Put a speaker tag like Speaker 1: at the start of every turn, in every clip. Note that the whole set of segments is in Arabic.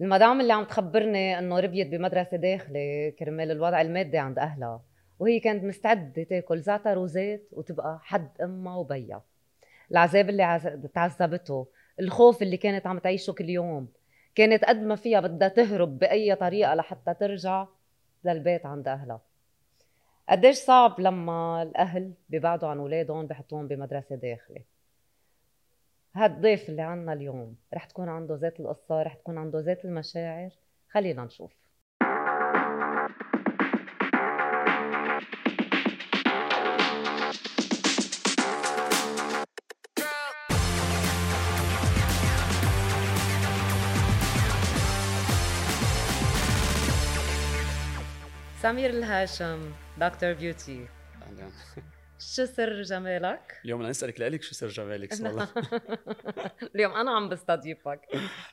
Speaker 1: المدام اللي عم تخبرني انه ربيت بمدرسه داخله كرمال الوضع المادي عند اهلها وهي كانت مستعده تاكل زعتر روزات وتبقى حد امها وبيها العذاب اللي عز... تعذبته الخوف اللي كانت عم تعيشه كل يوم كانت قد ما فيها بدها تهرب باي طريقه لحتى ترجع للبيت عند اهلها قديش صعب لما الاهل ببعدوا عن اولادهم بحطوهم بمدرسه داخله هالضيف اللي عنا اليوم رح تكون عنده ذات القصة رح تكون عنده ذات المشاعر خلينا نشوف سمير الهاشم دكتور بيوتي
Speaker 2: اهلا
Speaker 1: شو سر جمالك؟
Speaker 2: اليوم انا اسالك لك شو سر جمالك والله
Speaker 1: اليوم انا عم بستضيفك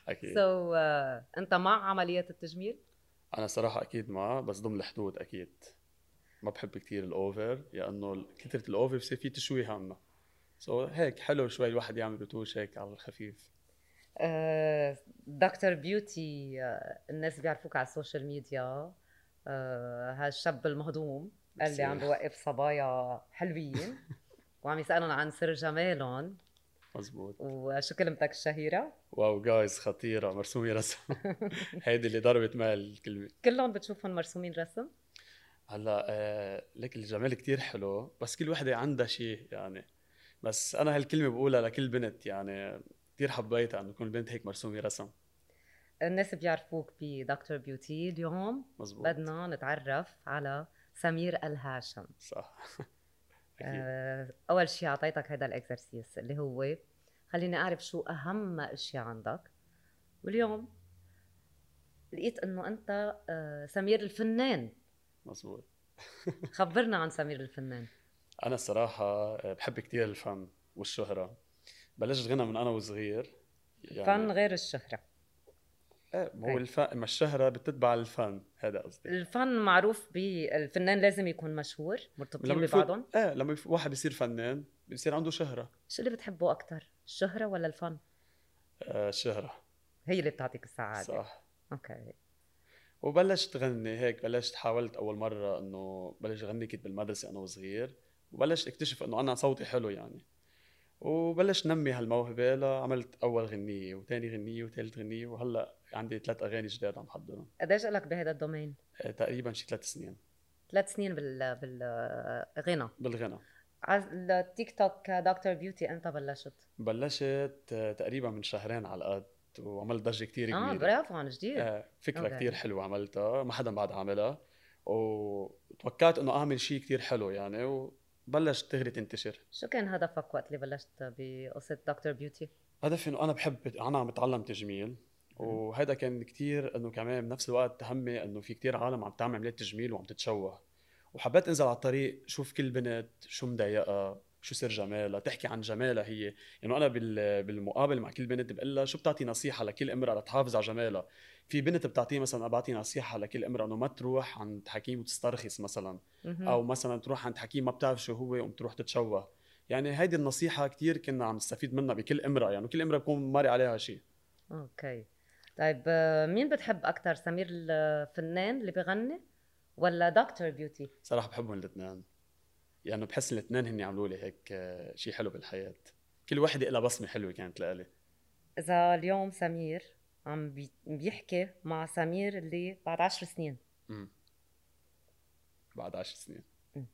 Speaker 2: اكيد
Speaker 1: سو so, uh, انت مع عمليات التجميل؟
Speaker 2: انا صراحه اكيد ما بس ضمن الحدود اكيد ما بحب كثير الاوفر لانه كثره الاوفر بصير في تشويه عنا سو so, هيك حلو شوي الواحد يعمل رتوش هيك على الخفيف
Speaker 1: آه، دكتور بيوتي آه، الناس بيعرفوك على السوشيال ميديا آه، هالشاب المهضوم اللي عم
Speaker 2: ميرسي.
Speaker 1: بوقف صبايا حلوين وعم يسالهم عن سر جمالهم
Speaker 2: مزبوط
Speaker 1: وشو كلمتك الشهيره
Speaker 2: واو جايز خطيره مرسومه رسم هيدي اللي ضربت مال الكلمه
Speaker 1: كلهم بتشوفهم مرسومين رسم
Speaker 2: هلا آه لك الجمال كتير حلو بس كل وحده عندها شيء يعني بس انا هالكلمه بقولها لكل بنت يعني كتير حبيتها انه تكون البنت هيك مرسومه رسم
Speaker 1: الناس بيعرفوك بدكتور بيوتي اليوم
Speaker 2: مزبوط
Speaker 1: بدنا نتعرف على سمير الهاشم
Speaker 2: صح اكيد
Speaker 1: آه، اول شيء اعطيتك هذا الاكسرسيس اللي هو خليني اعرف شو اهم اشي عندك واليوم لقيت انه انت آه، سمير الفنان
Speaker 2: مزبوط
Speaker 1: خبرنا عن سمير الفنان
Speaker 2: انا الصراحه آه، بحب كتير الفن والشهره بلشت غنى من انا وصغير يعني
Speaker 1: فن غير الشهرة
Speaker 2: ايه ما
Speaker 1: إيه.
Speaker 2: هو الفن ما الشهره بتتبع الفن هذا قصدي
Speaker 1: الفن معروف بالفنان لازم يكون مشهور مرتبطين
Speaker 2: لما يفوت-
Speaker 1: ببعضهم
Speaker 2: ايه لما يف- واحد بيصير فنان بيصير عنده شهره
Speaker 1: شو اللي بتحبه اكثر الشهرة ولا الفن
Speaker 2: آه شهره
Speaker 1: هي اللي بتعطيك السعادة
Speaker 2: صح
Speaker 1: اوكي
Speaker 2: وبلشت غني هيك بلشت حاولت اول مره انه بلش غني كنت بالمدرسه انا وصغير وبلشت اكتشف انه انا صوتي حلو يعني وبلشت نمي هالموهبه لعملت اول غنيه وثاني غنيه وثالث غنيه وهلا عندي ثلاث اغاني جداد عم حضرهم
Speaker 1: قديش لك بهذا الدومين
Speaker 2: آه، تقريبا شي ثلاث سنين
Speaker 1: ثلاث سنين بال بالغنى
Speaker 2: بالغنى
Speaker 1: على التيك توك دكتور بيوتي انت بلشت
Speaker 2: بلشت آه، تقريبا من شهرين على قد وعملت ضجه كتير كبيره
Speaker 1: اه برافو عن جديد
Speaker 2: آه، فكره
Speaker 1: أوكي.
Speaker 2: كتير حلوه عملتها ما حدا بعد عملها وتوقعت انه اعمل شيء كتير حلو يعني وبلشت دغري تنتشر
Speaker 1: شو كان هدفك وقت اللي بلشت بقصة دكتور بيوتي؟
Speaker 2: هدفي انه انا بحب انا عم بتعلم تجميل وهذا كان كتير انه كمان بنفس الوقت همي انه في كتير عالم عم تعمل عمليات تجميل وعم تتشوه وحبيت انزل على الطريق شوف كل بنت شو مضايقها شو سر جمالها تحكي عن جمالها هي انه يعني انا بال- بالمقابل مع كل بنت بقول لها شو بتعطي نصيحه لكل امراه لتحافظ على جمالها في بنت بتعطيه مثلا أنا بعطي نصيحه لكل امراه انه ما تروح عند حكيم وتسترخص مثلا
Speaker 1: مهم.
Speaker 2: او مثلا تروح عند حكيم ما بتعرف شو هو وقوم تروح تتشوه يعني هيدي النصيحه كتير كنا عم نستفيد منها بكل امراه يعني كل امراه بكون ماري عليها شيء
Speaker 1: اوكي طيب آه، مين بتحب اكثر سمير الفنان اللي بغني ولا دكتور بيوتي؟
Speaker 2: صراحه بحبهم الاثنين يعني بحس الاثنين هن عملوا لي هيك آه، شيء حلو بالحياه كل وحده لها بصمه حلوه كانت لإلي
Speaker 1: اذا اليوم سمير عم بي- بيحكي مع سمير اللي بعد عشر سنين
Speaker 2: أمم. بعد عشر سنين
Speaker 1: أمم.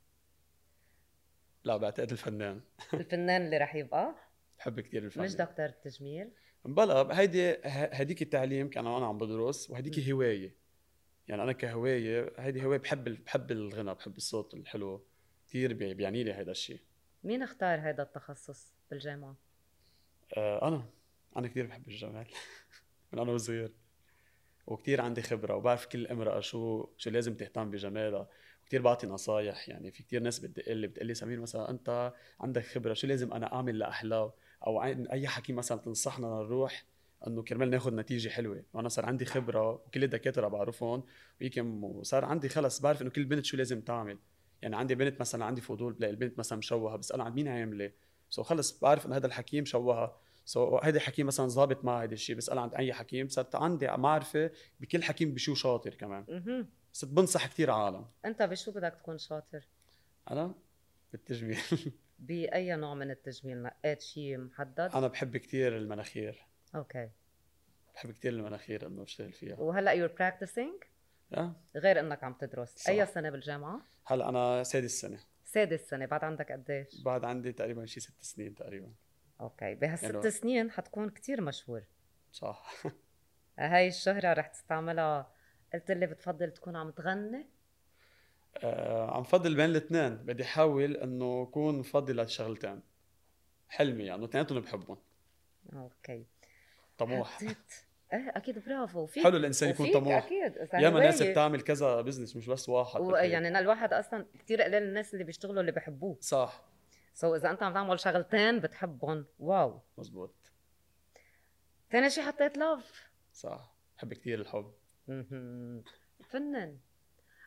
Speaker 2: لا بعتقد الفنان
Speaker 1: الفنان اللي رح يبقى
Speaker 2: بحب كثير الفن
Speaker 1: مش دكتور التجميل
Speaker 2: بلا هيدي ه- هديك التعليم كان انا عم بدرس وهديك
Speaker 1: م.
Speaker 2: هوايه يعني انا كهوايه هيدي هوايه بحب ال- بحب الغنى بحب الصوت الحلو كثير بي- بيعني لي هيدا الشيء
Speaker 1: مين اختار هذا التخصص بالجامعة؟
Speaker 2: آه انا انا كثير بحب الجمال من انا وصغير وكثير عندي خبره وبعرف كل امراه شو شو لازم تهتم بجمالها وكثير بعطي نصايح يعني في كثير ناس بتدقلي بتقلي سمير مثلا انت عندك خبره شو لازم انا اعمل لاحلى او عن اي حكي مثلا تنصحنا نروح انه كرمال ناخذ نتيجه حلوه وانا صار عندي خبره وكل الدكاتره بعرفهم ويمكن وصار عندي خلص بعرف انه كل بنت شو لازم تعمل يعني عندي بنت مثلا عندي فضول بلاقي البنت مثلا مشوهه بسالها عن مين عامله سو خلص بعرف انه هذا الحكيم شوهها سو so, هيدا حكيم مثلا ظابط مع هيدا الشيء بسال عن اي حكيم صرت عندي معرفه بكل حكيم بشو شاطر كمان
Speaker 1: مهم.
Speaker 2: صرت بنصح كثير عالم
Speaker 1: انت بشو بدك تكون شاطر؟
Speaker 2: انا بالتجميل
Speaker 1: باي نوع من التجميل نقيت شيء محدد؟
Speaker 2: انا بحب كثير المناخير
Speaker 1: اوكي
Speaker 2: بحب كثير المناخير انه بشتغل فيها
Speaker 1: وهلا يور براكتسينج
Speaker 2: آه.
Speaker 1: غير انك عم تدرس،
Speaker 2: صح.
Speaker 1: اي سنه بالجامعه؟
Speaker 2: هلا انا سادس سنه
Speaker 1: سادس سنه بعد عندك قديش؟
Speaker 2: بعد عندي تقريبا شي ست سنين تقريبا
Speaker 1: اوكي بهالست
Speaker 2: يعني-
Speaker 1: سنين حتكون كتير مشهور
Speaker 2: صح
Speaker 1: هاي الشهرة رح تستعملها قلت لي بتفضل تكون عم تغني
Speaker 2: آه عم فضل بين الاثنين بدي احاول انه اكون فضل لشغلتين حلمي يعني اثنيناتهم بحبهم
Speaker 1: اوكي
Speaker 2: طموح
Speaker 1: حطيت ايه اكيد برافو فيك
Speaker 2: حلو الانسان يكون
Speaker 1: وفيك
Speaker 2: طموح
Speaker 1: اكيد إذا
Speaker 2: ياما ناس
Speaker 1: هواية.
Speaker 2: بتعمل كذا بزنس مش بس واحد
Speaker 1: ويعني أنا يعني الواحد اصلا كتير قليل الناس اللي بيشتغلوا اللي بحبوه
Speaker 2: صح
Speaker 1: سو اذا انت عم تعمل شغلتين بتحبهم واو
Speaker 2: مزبوط
Speaker 1: ثاني شيء حطيت لاف
Speaker 2: صح بحب كثير الحب
Speaker 1: مهم. فنن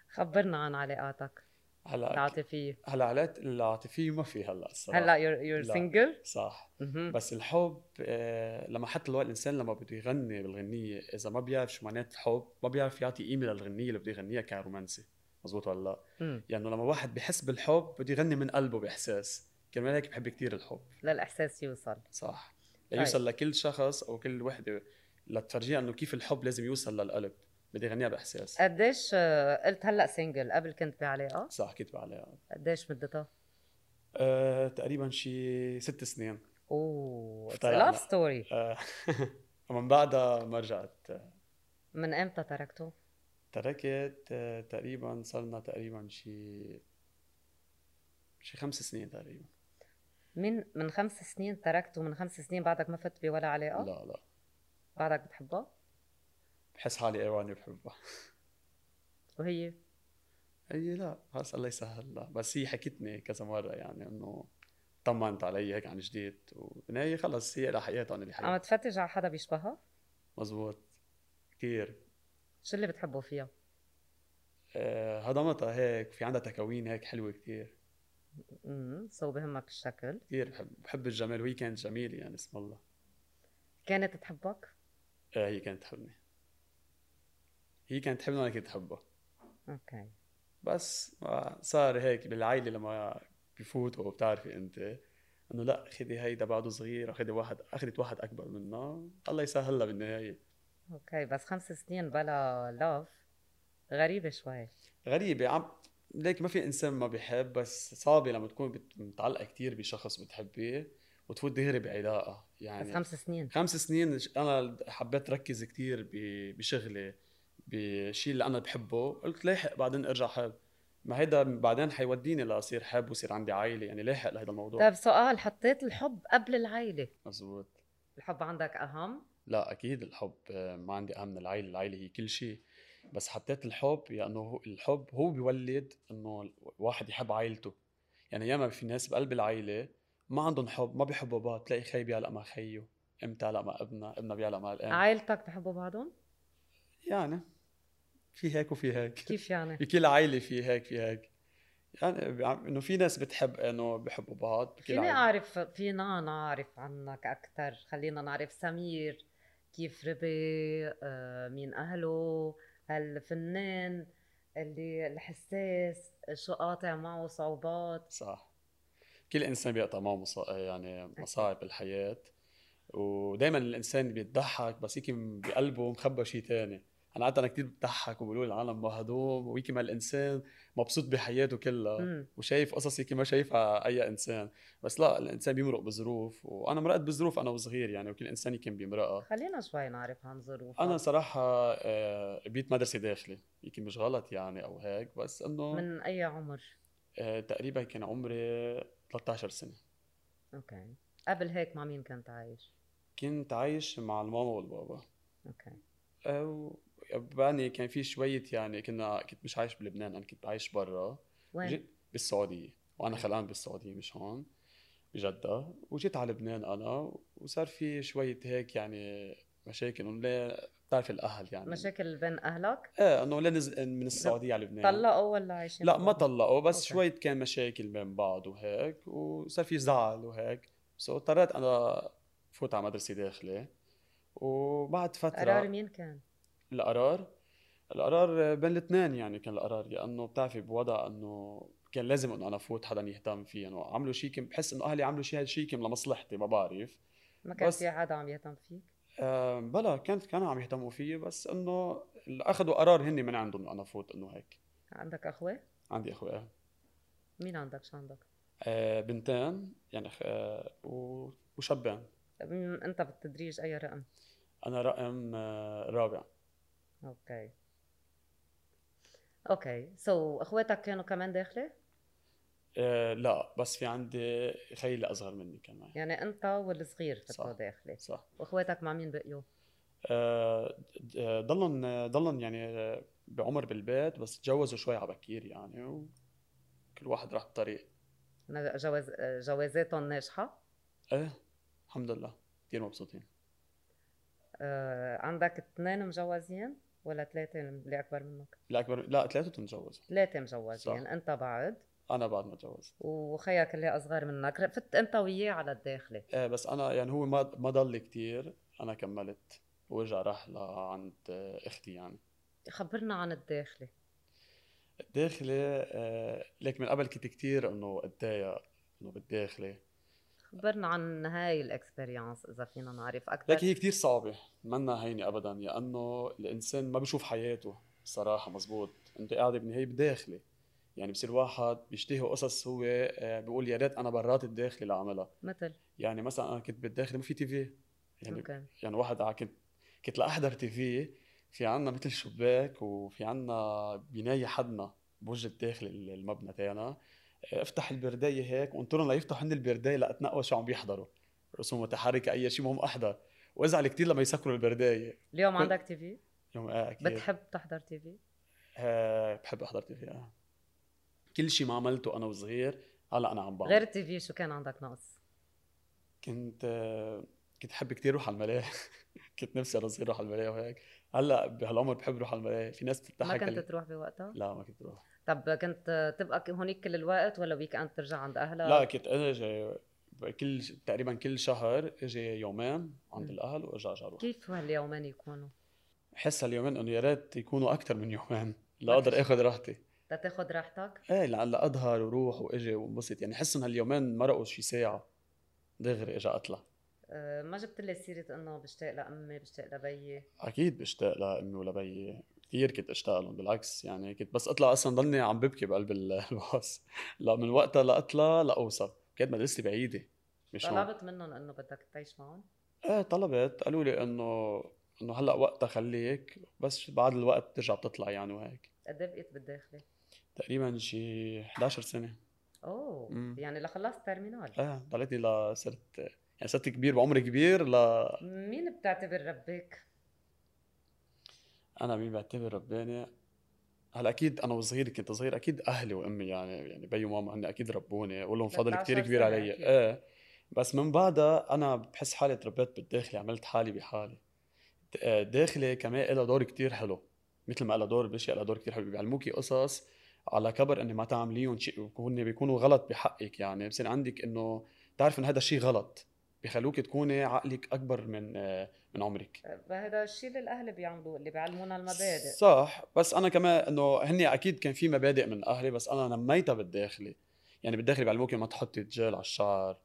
Speaker 1: خبرنا عن علاقاتك
Speaker 2: هلا
Speaker 1: العاطفية
Speaker 2: هلا علاقات العاطفيه ما في هلا الصراحه
Speaker 1: هلا يور يور
Speaker 2: لا.
Speaker 1: سنجل
Speaker 2: صح بس الحب آه، لما حتى الوقت الانسان لما بده يغني بالغنيه اذا ما بيعرف شو معنات الحب ما بيعرف يعطي قيمه للغنيه اللي بده يغنيها كرومانسي مزبوط ولا لا؟ يعني لما واحد بحس بالحب بده يغني من قلبه باحساس كرمال هيك بحب كثير الحب
Speaker 1: للاحساس يوصل
Speaker 2: صح
Speaker 1: طيب.
Speaker 2: يوصل لكل شخص او كل وحده لتفرجيها انه كيف الحب لازم يوصل للقلب بده يغنيها باحساس
Speaker 1: قديش آه، قلت هلا سنجل قبل كنت بعلاقه
Speaker 2: صح كتب عليها
Speaker 1: قديش مدتها
Speaker 2: أه تقريبا شي ست سنين
Speaker 1: اوه اتس
Speaker 2: افترقنا.
Speaker 1: لاف ستوري
Speaker 2: أه ومن بعدها ما رجعت
Speaker 1: من امتى تركته
Speaker 2: تركت آه، تقريبا صرنا تقريبا شي شي خمس سنين تقريبا
Speaker 1: من من خمس سنين تركته من خمس سنين بعدك ما فت بولا علاقه
Speaker 2: لا لا
Speaker 1: بعدك بتحبها
Speaker 2: بحس حالي ايواني بحبها
Speaker 1: وهي
Speaker 2: هي لا بس الله يسهل لا بس هي حكتني كذا مره يعني انه طمنت علي هيك عن جديد وإن هي خلص هي لها حياتها انا لي
Speaker 1: عم
Speaker 2: حياتي
Speaker 1: تفتش على حدا بيشبهها
Speaker 2: مزبوط كثير
Speaker 1: شو اللي بتحبه فيها
Speaker 2: آه، هضمتها هيك في عندها تكوين هيك حلوه كثير
Speaker 1: امم سو بهمك الشكل
Speaker 2: كثير بحب بحب الجمال وهي كانت جميله يعني اسم الله
Speaker 1: كانت تحبك
Speaker 2: آه، هي كانت تحبني هي كانت تحبني وانا كنت احبها
Speaker 1: اوكي
Speaker 2: بس آه، صار هيك بالعائله لما بفوتوا بتعرفي انت انه لا خدي هيدا بعده صغير وخدي واحد اخذت واحد اكبر منه الله يسهلها بالنهايه
Speaker 1: اوكي بس خمس سنين بلا لاف غريبه شوي
Speaker 2: غريبه عم ليك ما في انسان ما بيحب بس صعبه لما تكون بت- متعلقه كتير بشخص بتحبيه وتفوت دغري بعلاقه
Speaker 1: بس
Speaker 2: يعني
Speaker 1: خمس سنين
Speaker 2: خمس سنين ش- انا حبيت ركز كتير ب- بشغلي بالشيء اللي انا بحبه قلت لاحق بعدين ارجع حب ما هيدا بعدين حيوديني لاصير حب وصير عندي عائله يعني لاحق لهيدا الموضوع
Speaker 1: طيب سؤال حطيت الحب قبل العيله
Speaker 2: مزبوط
Speaker 1: الحب عندك اهم
Speaker 2: لا اكيد الحب آه، ما عندي اهم من العائله العائله هي كل شيء بس حطيت الحب لانه هو- الحب هو بيولد انه الواحد يحب عائلته يعني ياما في ناس بقلب العائله ما عندهم حب ما بيحبوا بعض تلاقي خي بيعلق مع خيه ام تعلق مع ابنها ابنها بيعلق مع الام
Speaker 1: عائلتك بحبوا بعضهم
Speaker 2: يعني في هيك وفي هيك
Speaker 1: كيف يعني
Speaker 2: بكل عائله في هيك في هيك يعني بيع- انه في ناس بتحب انه بحبوا بعض بكل
Speaker 1: فيني
Speaker 2: عائله
Speaker 1: اعرف فينا نعرف عنك اكثر خلينا نعرف سمير كيف ربي آه، مين اهله هالفنان اللي الحساس شو قاطع معه صعوبات
Speaker 2: صح كل انسان بيقطع معه مصا... يعني مصاعب الحياه ودائما الانسان بيتضحك بس هيك بقلبه مخبى شيء ثاني انا قعدت انا كثير بتضحك وبقولوا العالم مهضوم وهيك ما الانسان مبسوط بحياته كلها
Speaker 1: مم.
Speaker 2: وشايف قصص هيك ما شايفها اي انسان بس لا الانسان بيمرق بظروف وانا مرقت بظروف انا وصغير يعني وكل انسان كان بيمرقها
Speaker 1: خلينا شوي نعرف عن ظروفك
Speaker 2: انا صراحه آه، بيت مدرسه داخلي يمكن مش غلط يعني او هيك بس انه
Speaker 1: من اي عمر
Speaker 2: آه، تقريبا كان عمري 13 سنه
Speaker 1: اوكي قبل هيك مع مين كنت عايش
Speaker 2: كنت عايش مع الماما والبابا
Speaker 1: اوكي
Speaker 2: أو يعني كان في شوية يعني كنا كنت مش عايش بلبنان أنا كنت عايش برا
Speaker 1: وين
Speaker 2: جيت بالسعودية وأنا خلقان بالسعودية مش هون بجدة وجيت على لبنان أنا وصار في شوية هيك يعني مشاكل إنه ليه بتعرف الأهل يعني
Speaker 1: مشاكل بين اهلك
Speaker 2: إيه إنه ليه نزل من السعودية على لبنان
Speaker 1: طلقوا ولا عايشين
Speaker 2: يعني لا
Speaker 1: مع
Speaker 2: ما
Speaker 1: بعض؟
Speaker 2: طلقوا بس
Speaker 1: أوكي.
Speaker 2: أوكي. شوية كان مشاكل بين بعض وهيك وصار في زعل وهيك سو اضطريت أنا فوت على مدرسه داخلي وبعد فتره
Speaker 1: قرار مين كان؟
Speaker 2: القرار القرار بين الاثنين يعني كان القرار لانه بتعرفي بوضع انه كان لازم انه انا فوت حدا يهتم فيه انه عملوا شيء كم بحس انه اهلي عملوا شيء هذا الشيء كم لمصلحتي ما بعرف
Speaker 1: ما كان
Speaker 2: بس-
Speaker 1: في حدا عم يهتم فيك؟
Speaker 2: أه بلا كانت كانوا عم يهتموا فيي بس انه اللي اخذوا قرار هن من عندهم انه انا فوت انه هيك
Speaker 1: عندك اخوه؟
Speaker 2: عندي اخوه
Speaker 1: مين عندك؟ شو عندك؟
Speaker 2: أه بنتين يعني أخ... أه و- وشابين
Speaker 1: طب م- انت بالتدريج اي رقم؟
Speaker 2: انا رقم أه رابع
Speaker 1: اوكي اوكي سو so, اخواتك كانوا كمان داخله؟
Speaker 2: أه لا بس في عندي خيلي اصغر مني كمان
Speaker 1: يعني انت والصغير فتره
Speaker 2: صح.
Speaker 1: داخله
Speaker 2: صح
Speaker 1: واخواتك مع مين بقيوا؟
Speaker 2: آه، د- آه، ضلن آه، ضلن يعني آه، بعمر بالبيت بس تجوزوا شوي على بكير يعني وكل واحد راح بطريق
Speaker 1: أنا جواز جوازاتهم ناجحه؟
Speaker 2: ايه الحمد لله كثير مبسوطين
Speaker 1: آه، عندك اثنين مجوزين ولا ثلاثه اللي اكبر منك؟
Speaker 2: لا اكبر لا ثلاثه تنجوز
Speaker 1: ثلاثه مجوزين
Speaker 2: صح.
Speaker 1: انت بعد
Speaker 2: انا بعد ما تجوزت
Speaker 1: وخيك اللي اصغر منك فت انت وياه على الداخله
Speaker 2: آه، بس انا يعني هو ما ما ضل كثير انا كملت ورجع راح لعند آه، اختي يعني
Speaker 1: خبرنا عن الداخله
Speaker 2: الداخلي آه، ليك من قبل كنت كثير انه اتضايق انه بالداخلي
Speaker 1: خبرنا عن هاي الاكسبيرينس اذا فينا نعرف اكثر
Speaker 2: لكن هي كتير صعبة منا هينة أبدا لأنه الإنسان ما بيشوف حياته صراحة مزبوط أنت قاعدة بالنهاية بداخلي يعني بصير واحد بيشتهي قصص هو آه، بيقول يا ريت أنا برات الداخلي لعملها
Speaker 1: مثل
Speaker 2: يعني مثلا أنا كنت بالداخلي ما في تي في يعني
Speaker 1: اوكي
Speaker 2: يعني واحد ع- كنت كنت لأحضر تي في في عنا مثل شباك وفي عنا بناية حدنا بوجه داخل ال- المبنى تاعنا آه، افتح البرداية هيك وانطرن ليفتحوا هن البرداية لأتنقوا شو عم بيحضروا رسوم متحركة أي شيء مهم أحضر وازعل كتير لما يسكروا البرداية
Speaker 1: اليوم
Speaker 2: كل-
Speaker 1: عندك تي في
Speaker 2: يوم آه أكيد
Speaker 1: بتحب تحضر تي في
Speaker 2: آه بحب أحضر تي في آه. كل شيء ما عملته أنا وصغير هلا أنا عم بعمل
Speaker 1: غير التي في شو كان عندك نقص
Speaker 2: كنت آه، كنت حب كتير روح على الملاهي كنت نفسي انا صغير روح على الملاهي وهيك هلا بهالعمر بحب روح على الملاهي في ناس
Speaker 1: ما
Speaker 2: بتضحك
Speaker 1: كنت
Speaker 2: علي
Speaker 1: تروح بوقتها
Speaker 2: لا ما كنت روح
Speaker 1: طب كنت تبقى هونيك كل الوقت ولا ويك اند ترجع عند اهلك
Speaker 2: لا كنت اجي كل تقريبا كل شهر اجي يومين عند
Speaker 1: مم.
Speaker 2: الاهل وارجع أرجع اروح
Speaker 1: كيف هاليومين يكونوا
Speaker 2: بحس هاليومين انه يا ريت يكونوا اكثر من يومين
Speaker 1: ما
Speaker 2: لا اقدر
Speaker 1: فيش.
Speaker 2: اخذ راحتي
Speaker 1: تاخذ راحتك
Speaker 2: ايه لعل اظهر وروح واجي وانبسط يعني حس ان هاليومين مرقوا شي ساعه دغري اجى اطلع
Speaker 1: أه، ما جبت لي سيرة انه بشتاق لامي بشتاق لبيي
Speaker 2: اكيد بشتاق لامي ولبيي كثير كنت اشتاق لهم بالعكس يعني كنت بس اطلع اصلا ضلني عم ببكي بقلب ال- الباص لا من وقتها لاطلع لاوصل كانت مدرستي بعيده مش هون
Speaker 1: طلبت منهم انه بدك تعيش معهم
Speaker 2: ايه طلبت قالوا لي انه انه هلا وقتها خليك بس بعد الوقت بترجع بتطلع يعني وهيك
Speaker 1: قد ايه بقيت بالداخلة؟
Speaker 2: تقريبا شي 11 سنه
Speaker 1: اوه
Speaker 2: مم.
Speaker 1: يعني لخلصت ترمينال
Speaker 2: ايه ضليتني لصرت يعني صرت كبير بعمري كبير لا
Speaker 1: مين بتعتبر ربك؟
Speaker 2: انا مين بعتبر رباني هلا اكيد انا وصغير كنت صغير اكيد اهلي وامي يعني يعني بي وماما هن اكيد ربوني ولهم فضل
Speaker 1: 13
Speaker 2: كتير كبير
Speaker 1: سنة
Speaker 2: علي
Speaker 1: أكيد.
Speaker 2: ايه بس من بعدها انا بحس حالي تربيت بالداخلي عملت حالي بحالي د- آه، داخلي كمان إلها دور كتير حلو مثل ما إلها دور بشي إلها دور كتير حلو بيعلموكي قصص على كبر اني ما تعمليهم شيء هن بيكونوا غلط بحقك يعني بصير عندك انه تعرف ان هذا الشيء غلط بخلوك تكوني عقلك اكبر من آه، من عمرك
Speaker 1: هذا الشيء اللي الاهل بيعملوه اللي بيعلمونا المبادئ
Speaker 2: صح بس انا كمان انه هني اكيد كان في مبادئ من اهلي بس انا نميتها بالداخلي يعني بالداخلي بيعلموك ما تحطي جل على الشعر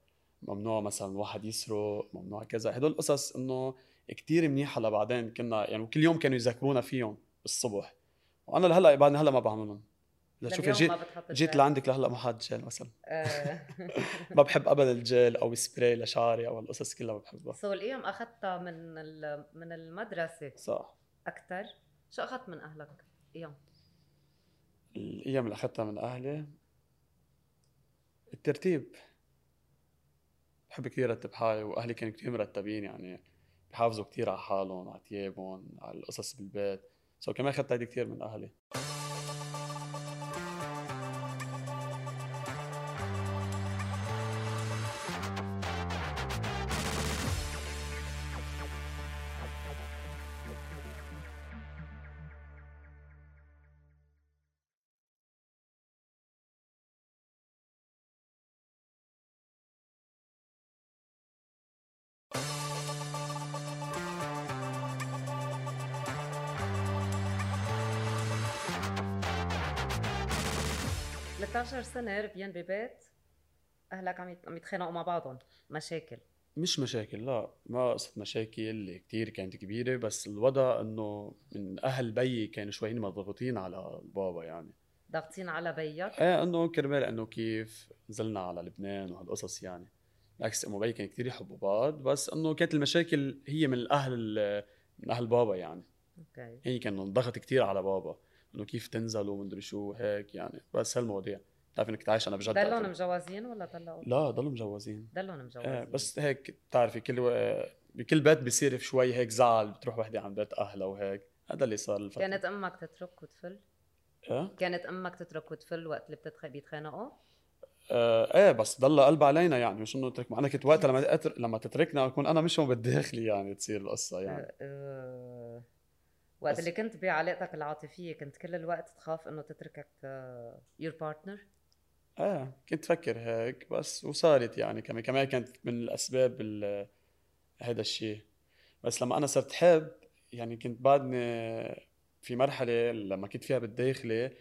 Speaker 2: ممنوع مثلا واحد يسرق ممنوع كذا هدول القصص انه كتير منيحه لبعدين كنا يعني كل يوم كانوا يذكرونا فيهم الصبح وانا لهلا بعدني هلا ما بعملهم لشوف
Speaker 1: لليوم
Speaker 2: جيت
Speaker 1: ما بتحط
Speaker 2: جيت
Speaker 1: الجل.
Speaker 2: لعندك لهلا ما حد جل مثلا
Speaker 1: آه.
Speaker 2: ما بحب ابدا الجل او سبراي لشعري او القصص كلها ما بحبها
Speaker 1: سو الايام اخذتها من ال- من المدرسة
Speaker 2: صح
Speaker 1: اكثر شو اخذت من اهلك؟ ايام
Speaker 2: الايام اللي اخذتها من اهلي الترتيب بحب كثير ارتب حالي واهلي كانوا كثير مرتبين يعني بحافظوا كثير على حالهم على ثيابهم على القصص بالبيت سو كمان اخذت هيدي كثير من اهلي
Speaker 1: 16 سنه ربيان ببيت اهلك عم يت- عم يتخانقوا مع بعضهم مشاكل
Speaker 2: مش مشاكل لا ما قصة مشاكل كتير كانت كبيرة بس الوضع انه من اهل بيي كانوا شوي مضغوطين على البابا يعني
Speaker 1: ضاغطين على بيك
Speaker 2: ايه انه كرمال انه كيف نزلنا على لبنان وهالقصص يعني بالعكس امه وبيي كانوا كتير يحبوا بعض بس انه كانت المشاكل هي من الاهل ال- من اهل بابا يعني
Speaker 1: اوكي
Speaker 2: هي كان انضغط كتير على بابا انه كيف تنزلوا ومدري شو هيك يعني بس هالمواضيع بتعرف انك تعيش انا بجد
Speaker 1: ضلهم مجوزين ولا طلقوا؟
Speaker 2: لا ضلوا مجوزين
Speaker 1: ضلهم
Speaker 2: ايه
Speaker 1: مجوزين
Speaker 2: بس هيك بتعرفي كل و... بكل بيت بيصير في شوي هيك زعل بتروح وحده عند بيت اهلها وهيك هذا اللي صار الفترة
Speaker 1: كانت امك تترك وتفل؟
Speaker 2: ايه,
Speaker 1: كانت امك تترك وتفل وقت اللي بتتخ... بيتخانقوا؟
Speaker 2: آه ايه بس ضل قلب علينا يعني مش انه ترك انا كنت وقتها لما أتر... لما تتركنا اكون انا مش هون بالداخلي يعني تصير القصة يعني
Speaker 1: آه، آه، وقت
Speaker 2: بس-
Speaker 1: اللي كنت بعلاقتك العاطفيه كنت كل الوقت تخاف انه تتركك آه، يور بارتنر إيه.
Speaker 2: ايه كنت فكر هيك بس وصارت يعني كمان كمان كانت من الاسباب ال... هذا الشيء بس لما انا صرت حب يعني كنت بعدني في مرحلة لما كنت فيها بالداخلي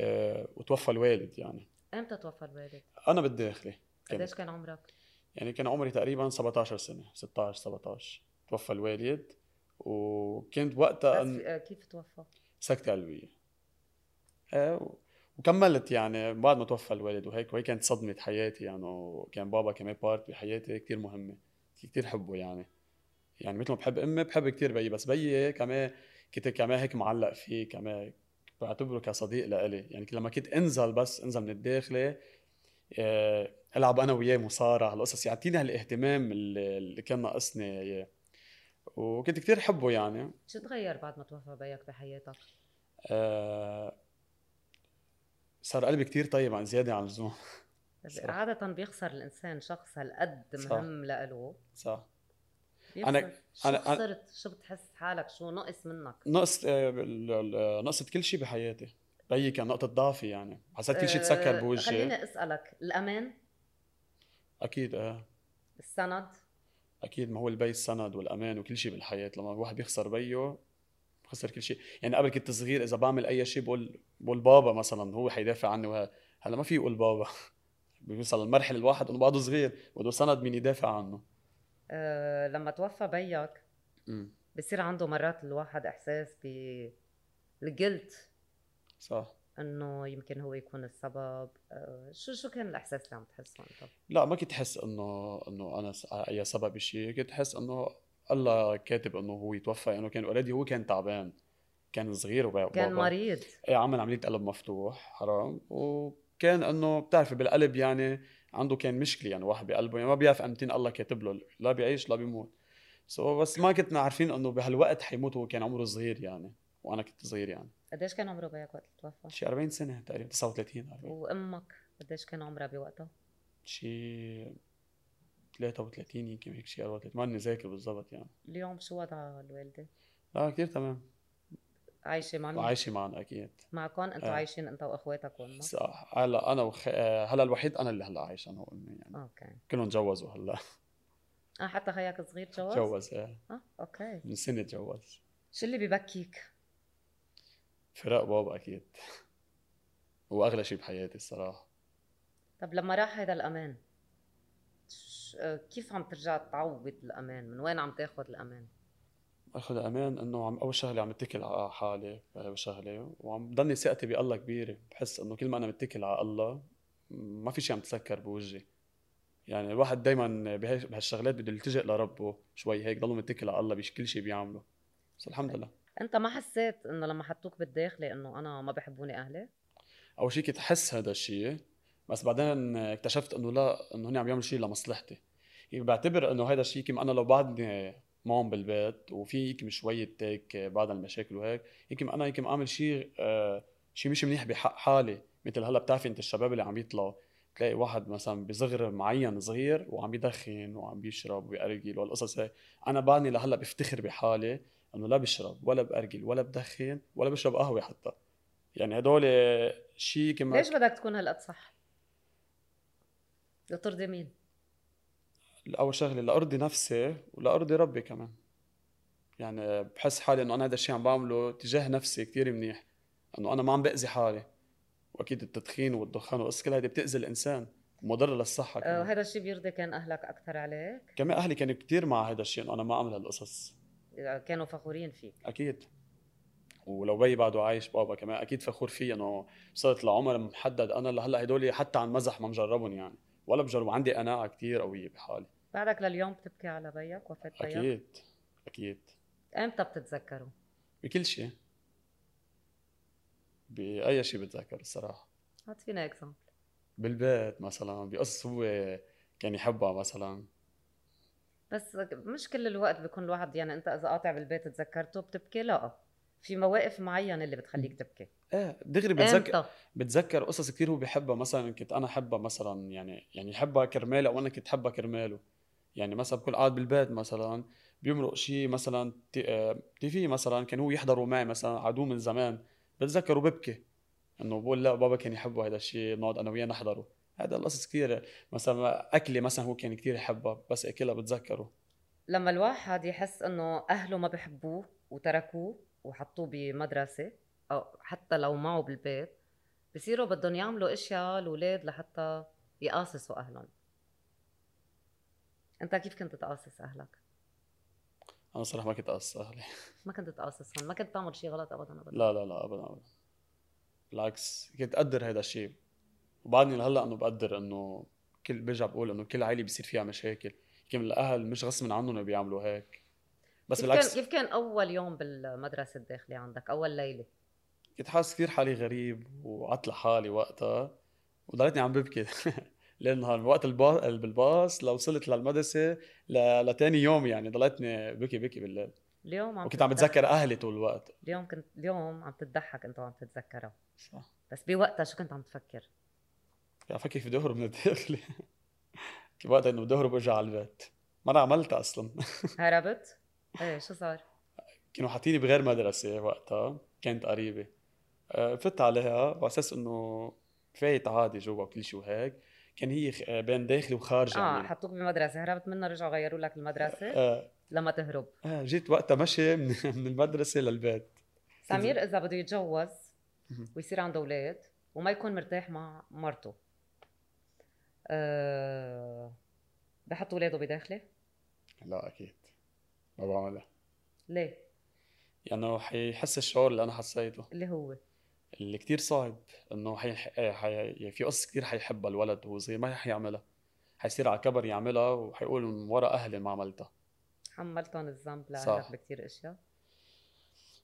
Speaker 2: آه وتوفى الوالد يعني
Speaker 1: امتى توفى الوالد؟
Speaker 2: انا بالداخلي كنت.
Speaker 1: قديش كان عمرك؟
Speaker 2: يعني كان عمري تقريبا 17 سنة 16 17 توفى الوالد وكنت وقتها
Speaker 1: بس
Speaker 2: أن...
Speaker 1: آه، كيف توفى؟
Speaker 2: سكتة قلبية إيه، و- وكملت يعني بعد ما توفى الوالد وهيك وهي كانت صدمة حياتي يعني وكان بابا كمان بارت بحياتي كتير مهمة كتير حبه يعني يعني مثل ما بحب امي بحب كتير بيي بس بيي كمان كنت كمان هيك معلق فيه كمان بعتبره كصديق لإلي يعني لما كنت انزل بس انزل من الداخلي آه، العب انا وياه مصارعه هالقصص يعطيني هالاهتمام اللي اللي كان ناقصني اياه وكنت كتير حبه يعني
Speaker 1: شو تغير بعد ما توفى بيك بحياتك؟
Speaker 2: آه، صار قلبي كتير طيب عن زيادة عن اللزوم صح.
Speaker 1: عادة بيخسر الإنسان شخص هالقد
Speaker 2: صح.
Speaker 1: مهم لإله
Speaker 2: صح
Speaker 1: بيخسر شو
Speaker 2: أنا- أنا-
Speaker 1: خسرت شو بتحس حالك شو نقص منك
Speaker 2: نقص آه، ال- ال- نقصت كل شيء بحياتي بيي كان نقطة ضعفي يعني حسيت كل شيء
Speaker 1: آه،
Speaker 2: تسكر بوجهي
Speaker 1: خليني أسألك الأمان
Speaker 2: أكيد آه
Speaker 1: السند
Speaker 2: أكيد ما هو البي السند والأمان وكل شيء بالحياة لما الواحد بيخسر بيه بخسر كل شيء يعني قبل كنت صغير إذا بعمل أي شيء بقول بقول بابا مثلا هو حيدافع عني وه... هلا ما في يقول بابا بيوصل المرحلة الواحد إنه بعده صغير بده سند مين يدافع عنه
Speaker 1: آه، لما توفى بيك بصير عنده مرات الواحد إحساس بالجلت
Speaker 2: صح
Speaker 1: إنه يمكن هو يكون السبب آه، شو شو كان الإحساس اللي عم تحسه أنت؟
Speaker 2: لا ما كنت حس انه انه انا س- على اي سبب شيء كنت حس انه الله كاتب انه هو يتوفى لانه كان اوريدي هو كان تعبان كان صغير وبابا
Speaker 1: كان مريض
Speaker 2: ايه عمل عمليه قلب مفتوح حرام وكان انه بتعرفي بالقلب يعني عنده كان مشكله يعني واحد بقلبه يعني ما بيعرف امتين الله كاتب له لا بيعيش لا بيموت سو بس ما كنت عارفين انه بهالوقت حيموت هو كان عمره صغير يعني وانا كنت صغير يعني
Speaker 1: قديش كان عمره بيك وقت اللي توفى؟
Speaker 2: شي 40 سنه تقريبا 39 40
Speaker 1: وأمك قديش كان عمرها بوقتها؟
Speaker 2: شي 33 يمكن هيك شي 34 ماني ذاكر بالضبط يعني
Speaker 1: اليوم شو وضع الوالدة؟
Speaker 2: اه كثير تمام
Speaker 1: عايشة مع مين؟
Speaker 2: وعايشة معنا اكيد
Speaker 1: معكم انتوا
Speaker 2: آه.
Speaker 1: عايشين انت واخواتك وامك
Speaker 2: صح هلا انا وخ... آه، هلا الوحيد انا اللي هلا عايش انا وامي يعني
Speaker 1: اوكي
Speaker 2: كلهم تجوزوا هلا
Speaker 1: اه حتى خياك صغير تجوز؟
Speaker 2: تجوز آه،
Speaker 1: اه اوكي
Speaker 2: من سنه تجوز
Speaker 1: شو اللي ببكيك؟
Speaker 2: فراق بابا اكيد هو اغلى شيء بحياتي الصراحه
Speaker 1: طب لما راح هذا الامان ش- آه، كيف عم ترجع تعوض الامان؟ من وين عم تاخذ الامان؟
Speaker 2: اخذ امان انه عم اول شغله عم اتكل على حالي اول شغله وعم ضلني ثقتي بالله كبيره بحس انه كل ما انا متكل على الله ما في شيء عم تسكر بوجهي يعني الواحد دائما بهالشغلات بده يلتجئ لربه شوي هيك ضله متكل على الله بكل شيء بيعمله بس الحمد لله
Speaker 1: انت ما حسيت انه لما حطوك بالداخلي انه انا ما بحبوني اهلي؟
Speaker 2: اول شيء كنت احس هذا الشيء بس بعدين اكتشفت انه لا انه هن عم يعملوا شيء لمصلحتي يعني بعتبر انه هذا الشيء كم انا لو بعدني معهم بالبيت وفي يمكن شوية هيك بعض المشاكل وهيك يمكن انا يمكن اعمل شيء آه شيء مش منيح بحق حالي مثل هلا بتعرفي انت الشباب اللي عم يطلعوا تلاقي واحد مثلا بصغر معين صغير وعم يدخن وعم بيشرب وبيأرجل والقصص هيك انا بعدني لهلا بفتخر بحالي انه لا بشرب ولا بأرجل ولا بدخن ولا بشرب قهوه حتى يعني هدول شيء كمان
Speaker 1: ليش بدك تكون هالقد صح؟ لترضي مين؟
Speaker 2: اول شغله لارضي نفسي ولارضي ربي كمان يعني بحس حالي انه انا هذا الشيء عم بعمله تجاه نفسي كتير منيح انه انا ما عم باذي حالي واكيد التدخين والدخان والقصص كلها هيدي بتاذي الانسان مضره للصحه
Speaker 1: آه،
Speaker 2: كمان.
Speaker 1: وهذا الشيء بيرضي كان اهلك اكثر عليك
Speaker 2: كمان اهلي كانوا كتير مع هذا الشيء انه انا ما اعمل هالقصص
Speaker 1: آه، كانوا فخورين فيك
Speaker 2: اكيد ولو بي بعده عايش بابا كمان اكيد فخور فيه انه وصلت لعمر محدد انا لهلا هدول حتى عن مزح ما مجربهم يعني ولا بجرب عندي قناعه كتير قويه بحالي
Speaker 1: بعدك لليوم بتبكي على بيك وفاة بيك
Speaker 2: اكيد اكيد
Speaker 1: امتى بتتذكره
Speaker 2: بكل شيء باي شيء بتذكر الصراحه
Speaker 1: هات فينا اكزامبل
Speaker 2: بالبيت مثلا بقصص هو كان يحبها مثلا
Speaker 1: بس مش كل الوقت بيكون الواحد يعني انت اذا قاطع بالبيت تذكرته بتبكي لا في مواقف معينه اللي بتخليك تبكي
Speaker 2: ايه دغري بتذكر
Speaker 1: امتى
Speaker 2: بتذكر قصص كتير هو بيحبها مثلا كنت انا حبها مثلا يعني يعني يحبها كرمالي او انا كنت حبها كرماله يعني مثلا بكون قاعد بالبيت مثلا بيمرق شيء مثلا تي آه، تي في مثلا كان هو يحضره معي مثلا عدو من زمان بتذكر وببكي انه بقول لا بابا كان يحبه هذا الشيء بنقعد انا وياه نحضره هذا القصص كتير مثلا اكلي مثلا هو كان كتير يحبها بس اكلها بتذكره
Speaker 1: لما الواحد يحس انه اهله ما بحبوه وتركوه وحطوه بمدرسه او حتى لو معه بالبيت بصيروا بدهم يعملوا اشياء الاولاد لحتى يقاصصوا اهلهم انت كيف كنت تقاصص اهلك؟
Speaker 2: انا صراحه ما كنت قصة اهلي
Speaker 1: ما كنت تقاصصهم، ما كنت تعمل شيء غلط ابدا ابدا
Speaker 2: لا لا لا ابدا ابدا بالعكس كنت اقدر هذا الشيء وبعدني لهلا انه بقدر انه كل برجع بقول انه كل عائله بيصير فيها مشاكل يمكن الاهل مش غصب عنهم إنه بيعملوا هيك بس
Speaker 1: كيف
Speaker 2: بالعكس
Speaker 1: كان كيف كان اول يوم بالمدرسه الداخليه عندك اول ليله؟
Speaker 2: كنت حاسس كثير حالي غريب وقعدت لحالي وقتها وضليتني عم ببكي ليل نهار وقت الباص بالباص لوصلت للمدرسه ل... لتاني يوم يعني ضليتني بكي بكي بالليل
Speaker 1: اليوم عم
Speaker 2: وكنت عم
Speaker 1: تتذكر-
Speaker 2: بتذكر اهلي طول الوقت
Speaker 1: اليوم كنت اليوم عم تتضحك انت وعم تتذكرها
Speaker 2: صح
Speaker 1: بس بوقتها شو كنت عم تفكر؟
Speaker 2: يعني فكر في دهر من الداخل وقتها انه بدهر برجع على البيت ما عملتها اصلا
Speaker 1: هربت؟ ايه شو صار؟
Speaker 2: كانوا حاطيني بغير مدرسة وقتها كانت قريبة آه، فت عليها على أساس إنه فايت عادي جوا وكل شيء وهيك كان هي خ- آه، بين داخلي وخارجي
Speaker 1: اه
Speaker 2: يعني
Speaker 1: حطوك بمدرسه هربت منها رجعوا غيروا لك المدرسه
Speaker 2: آه،
Speaker 1: لما تهرب
Speaker 2: آه، جيت وقتها مشي من من المدرسة للبيت
Speaker 1: سمير اذا بده يتجوز
Speaker 2: مهم.
Speaker 1: ويصير عنده اولاد وما يكون مرتاح مع مرته أه... بحط اولاده بداخله
Speaker 2: لا أكيد ما بعملها
Speaker 1: ليه
Speaker 2: يعني حيحس الشعور اللي أنا حسيته
Speaker 1: اللي هو
Speaker 2: اللي كتير صعب انه حي... حي... يعني في قصص كتير حيحبها الولد وهو صغير ما حيعملها حيصير على كبر يعملها وحيقول من ورا اهلي ما عملتها
Speaker 1: حملتهم الذنب
Speaker 2: صح.
Speaker 1: لاهلك بكثير اشياء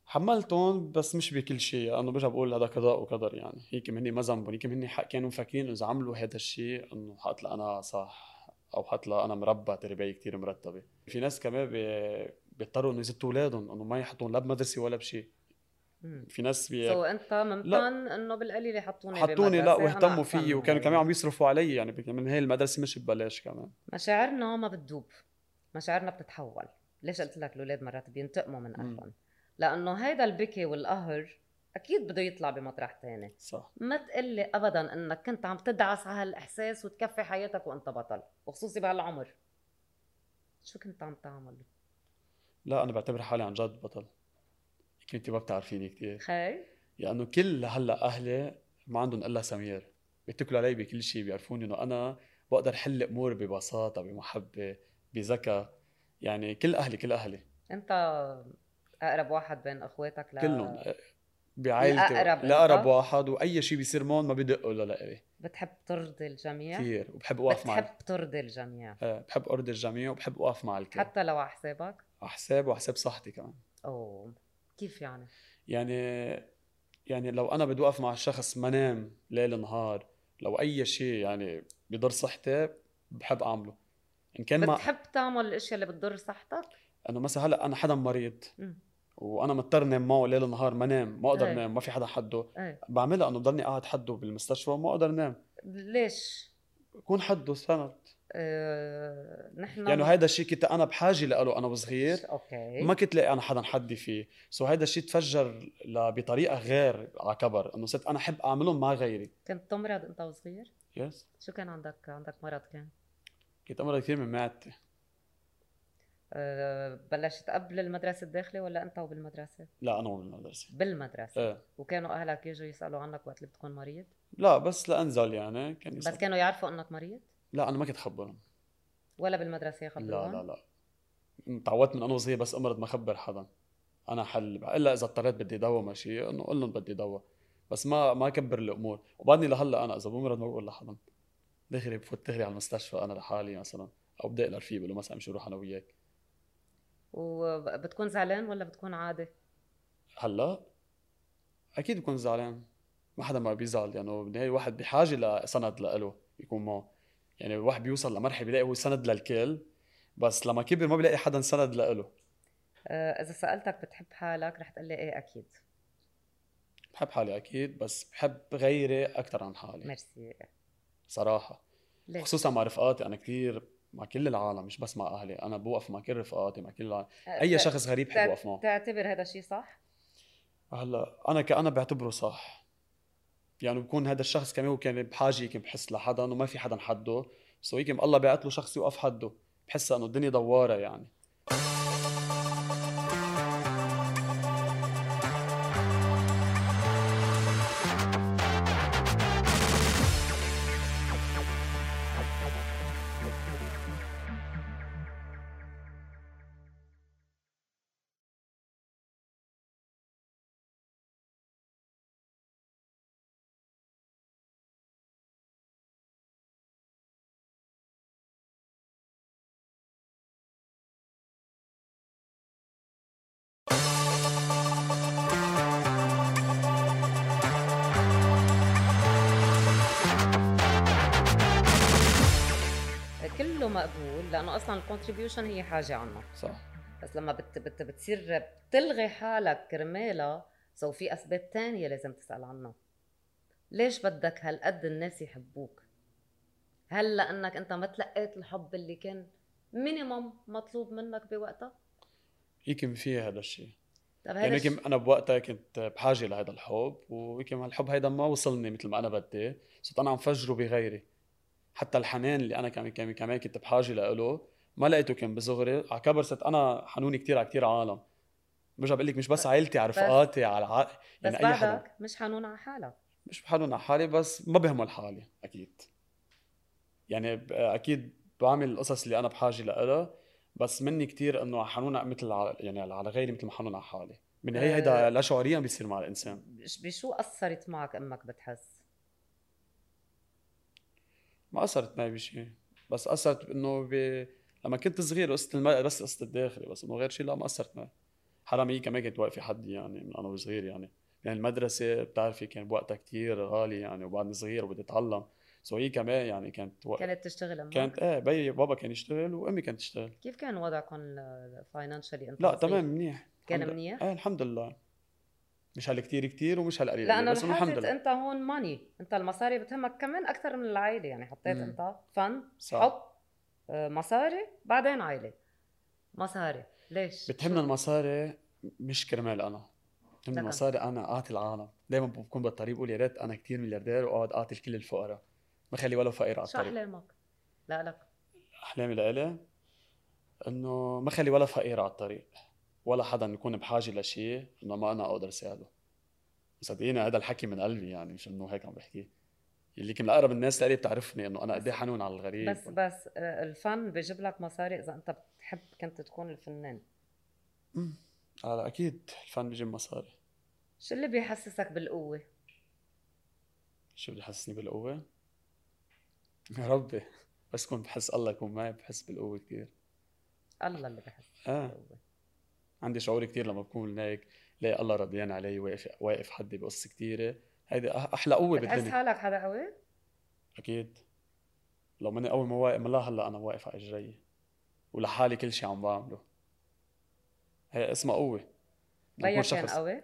Speaker 2: حملتهم بس مش بكل شيء انا برجع بقول هذا قضاء وقدر يعني هيك هني ما ذنبهم هيك هني ح- كانوا مفكرين اذا عملوا هذا الشيء انه حطلع انا صح او حطلع انا مربى تربيه كتير مرتبه في ناس كمان بي... بيضطروا انه يزتوا اولادهم انه ما يحطون لا بمدرسه ولا بشيء
Speaker 1: مم.
Speaker 2: في ناس بي...
Speaker 1: سو انت ممتن انه بالقليله حطوني
Speaker 2: حطوني
Speaker 1: بمدرسة،
Speaker 2: لا
Speaker 1: أنا
Speaker 2: واهتموا
Speaker 1: أحسن من
Speaker 2: فيي وكانوا
Speaker 1: هيك.
Speaker 2: كمان عم يصرفوا علي يعني بك- من هي المدرسه مش ببلاش كمان
Speaker 1: مشاعرنا ما بتدوب مشاعرنا بتتحول ليش قلت لك الاولاد مرات بينتقموا من
Speaker 2: مم.
Speaker 1: اهلهم لانه هيدا البكي والقهر اكيد بده يطلع بمطرح تاني
Speaker 2: صح
Speaker 1: ما تقلي ابدا انك كنت عم تدعس على هالاحساس وتكفي حياتك وانت بطل وخصوصي بهالعمر شو كنت عم تعمل
Speaker 2: لا انا بعتبر حالي عن جد بطل كنت ما بتعرفيني كثير
Speaker 1: خي
Speaker 2: لانه كل هلا اهلي ما عندهم الا سمير بيتكلوا علي بكل شيء بيعرفوني انه انا بقدر حل امور ببساطه بمحبه بذكاء يعني كل اهلي كل اهلي
Speaker 1: انت اقرب واحد بين اخواتك ل...
Speaker 2: كلهم بعائلتي
Speaker 1: لأقرب أنت؟
Speaker 2: لاقرب واحد واي شيء بيصير مون ما بدقوا لإلي
Speaker 1: بتحب ترضي الجميع
Speaker 2: كثير وبحب اوقف مع
Speaker 1: بتحب ترضي الجميع
Speaker 2: آه، بحب ارضي الجميع وبحب اوقف مع الكل
Speaker 1: حتى لو على حسابك
Speaker 2: على حساب وعلى حساب صحتي كمان
Speaker 1: اوه كيف يعني
Speaker 2: يعني يعني لو انا بدي اوقف مع الشخص ما نام ليل نهار لو اي شيء يعني بضر صحتي بحب اعمله ان كان ما
Speaker 1: بتحب تعمل الاشياء اللي بتضر صحتك؟
Speaker 2: انه مثلا هلا انا حدا مريض
Speaker 1: مم.
Speaker 2: وانا مضطر نام معه ليل نهار ما نام ما اقدر
Speaker 1: إيه.
Speaker 2: نام ما في حدا حده
Speaker 1: ايه
Speaker 2: بعملها انه بضلني قاعد حده بالمستشفى وما اقدر نام
Speaker 1: ليش؟
Speaker 2: كون حده سند
Speaker 1: آه... نحن
Speaker 2: يعني هيدا الشيء كنت انا بحاجه له انا وصغير
Speaker 1: اوكي
Speaker 2: ما كنت لاقي انا حدا حدي فيه سو هيدا الشيء تفجر ل- بطريقه غير على كبر انه صرت انا احب اعملهم مع غيري
Speaker 1: كنت تمرض انت وصغير؟
Speaker 2: يس
Speaker 1: شو كان عندك؟ عندك مرض كان؟
Speaker 2: كنت امرض كثير من معدتي
Speaker 1: آه، بلشت قبل المدرسة الداخلي ولا أنت وبالمدرسة؟
Speaker 2: لا انا بالمدرسه
Speaker 1: بالمدرسة
Speaker 2: ايه
Speaker 1: وكانوا أهلك يجوا يسألوا عنك وقت اللي بتكون مريض
Speaker 2: لا بس لانزل يعني كان
Speaker 1: بس
Speaker 2: يصير.
Speaker 1: كانوا يعرفوا أنك مريض
Speaker 2: لا انا ما كنت خبرهم
Speaker 1: ولا بالمدرسة
Speaker 2: لا
Speaker 1: يخبروهم؟
Speaker 2: لا لا تعودت من انا وصغير بس امرض ما خبر حدا انا حل الا اذا اضطريت بدي دواء ما شيء انه قول لهم بدي دواء بس ما ما كبر الامور وبعدني لهلا انا اذا بمرض ما بقول لحدا دغري بفوت دغري على المستشفى انا لحالي مثلا او بدي اقلق رفيق بقول له مثلا مش روح انا وياك
Speaker 1: وبتكون زعلان ولا بتكون عادي؟
Speaker 2: هلا اكيد بكون زعلان ما حدا ما بيزعل لانه يعني بالنهايه الواحد بحاجه لسند لإله يكون معه يعني الواحد بيوصل لمرحله بيلاقي هو سند للكل بس لما كبر ما بيلاقي حدا سند لإله
Speaker 1: آه، إذا سألتك بتحب حالك رح تقول لي إيه أكيد
Speaker 2: بحب حالي اكيد بس بحب غيري اكثر عن حالي
Speaker 1: ميرسي
Speaker 2: صراحه
Speaker 1: ليش؟
Speaker 2: خصوصا مع رفقاتي انا كثير مع كل العالم مش بس مع اهلي انا بوقف مع كل رفقاتي مع كل العالم. اي
Speaker 1: آه،
Speaker 2: شخص غريب
Speaker 1: تع-
Speaker 2: بحب اوقف معه
Speaker 1: تعتبر هذا الشيء صح؟
Speaker 2: هلا انا كأنا بعتبره صح يعني بكون هذا الشخص كمان هو كان بحاجه يمكن بحس لحدا وما في حدا حده سو يمكن الله بعت له شخص يوقف حده بحس انه الدنيا دواره يعني
Speaker 1: كله مقبول لأنه أصلا الكونتريبيوشن هي حاجة عنا
Speaker 2: صح
Speaker 1: بس لما بت بت بتصير بتلغي حالك كرمالها سو في اسباب تانية لازم تسال عنها ليش بدك هالقد الناس يحبوك هل لانك انت ما تلقيت الحب اللي كان مينيمم مطلوب منك بوقتها
Speaker 2: يمكن في هذا الشيء
Speaker 1: طب هذا
Speaker 2: يعني
Speaker 1: الشي-
Speaker 2: يمكن انا بوقتها كنت بحاجه لهذا الحب ويمكن هالحب هيدا ما وصلني مثل ما انا بدي صرت انا عم فجره بغيري حتى الحنان اللي انا كمان كمان كمان كنت بحاجه له ما لقيته كان بصغري على كبر صرت انا حنون كتير على كتير عالم برجع بقول لك مش بس عائلتي على
Speaker 1: بس-
Speaker 2: رفقاتي على الع...
Speaker 1: بس
Speaker 2: يعني اي حدا
Speaker 1: بعدك مش حنون على حالك
Speaker 2: مش بحنون على حالي بس ما بهمل حالي اكيد يعني ب- اكيد بعمل القصص اللي انا بحاجه لها بس مني كتير انه حنون على- مثل على- يعني على غيري مثل ما حنون على حالي بالنهايه
Speaker 1: آه.
Speaker 2: هيدا لا شعوريا بيصير مع الانسان
Speaker 1: بش- بشو اثرت معك امك بتحس
Speaker 2: ما اثرت معي بشيء بس اثرت انه ب... لما كنت صغير قصه الم... بس قصه الداخلي بس انه غير شيء لا ما اثرت معي حرام هي كمان كنت واقفه حدي يعني من انا وصغير يعني يعني المدرسه بتعرفي كان بوقتها كتير غالي يعني وبعدني صغير وبدي اتعلم سو هي كمان يعني كانت وقت
Speaker 1: كانت تشتغل امك
Speaker 2: كانت ايه بي بابا كان يشتغل وامي كانت تشتغل
Speaker 1: كيف كان وضعكم فاينانشلي انت
Speaker 2: لا
Speaker 1: وصغير؟
Speaker 2: تمام منيح
Speaker 1: كان
Speaker 2: الحمد-
Speaker 1: منيح
Speaker 2: ايه الحمد لله مش هال كتير كتير ومش هالقليل
Speaker 1: لانه
Speaker 2: بس إنه الحمد
Speaker 1: لاحظت
Speaker 2: لله
Speaker 1: انت هون ماني انت المصاري بتهمك كمان اكثر من العائله يعني حطيت
Speaker 2: مم.
Speaker 1: انت فن
Speaker 2: صح.
Speaker 1: حب آه، مصاري بعدين عائله مصاري ليش
Speaker 2: بتهمنا المصاري مش كرمال انا بتهمني
Speaker 1: نعم.
Speaker 2: المصاري انا اعطي العالم دايما بكون بالطريق بقول يا ريت انا كتير ملياردير واقعد اعطي لكل الفقراء ما خلي ولا فقير على
Speaker 1: شو
Speaker 2: الطريق
Speaker 1: احلامك لا لك
Speaker 2: احلامي لإلي انه ما خلي ولا فقير على الطريق ولا حدا يكون بحاجه لشيء انه ما انا اقدر ساعده صدقيني هذا الحكي من قلبي يعني مش انه هيك عم بحكيه اللي كان اقرب الناس لإلي بتعرفني انه انا قد إيه حنون على الغريب
Speaker 1: بس بس آه، الفن بيجيب لك مصاري اذا انت بتحب كنت تكون الفنان
Speaker 2: مم. هلا اكيد الفن بيجيب مصاري
Speaker 1: شو اللي بيحسسك بالقوه
Speaker 2: شو بده يحسسني بالقوة؟ يا ربي بس كنت بحس الله يكون معي بحس بالقوة كتير
Speaker 1: الله اللي بحسسك
Speaker 2: آه.
Speaker 1: بالقوه
Speaker 2: عندي شعور كتير لما بكون هيك لاقي الله رضيان علي واقف واقف حدي بقصة كتيرة هيدي أح- أحلى قوة
Speaker 1: بتحس
Speaker 2: بالدنيا
Speaker 1: حالك حدا قوي
Speaker 2: أكيد لو ماني قوي ما واقف ما لا هلا أنا واقف على رجلي ولحالي كل شيء عم بعمله هي اسمها قوة لما
Speaker 1: بيك
Speaker 2: يكون
Speaker 1: كان
Speaker 2: شخص-
Speaker 1: قوي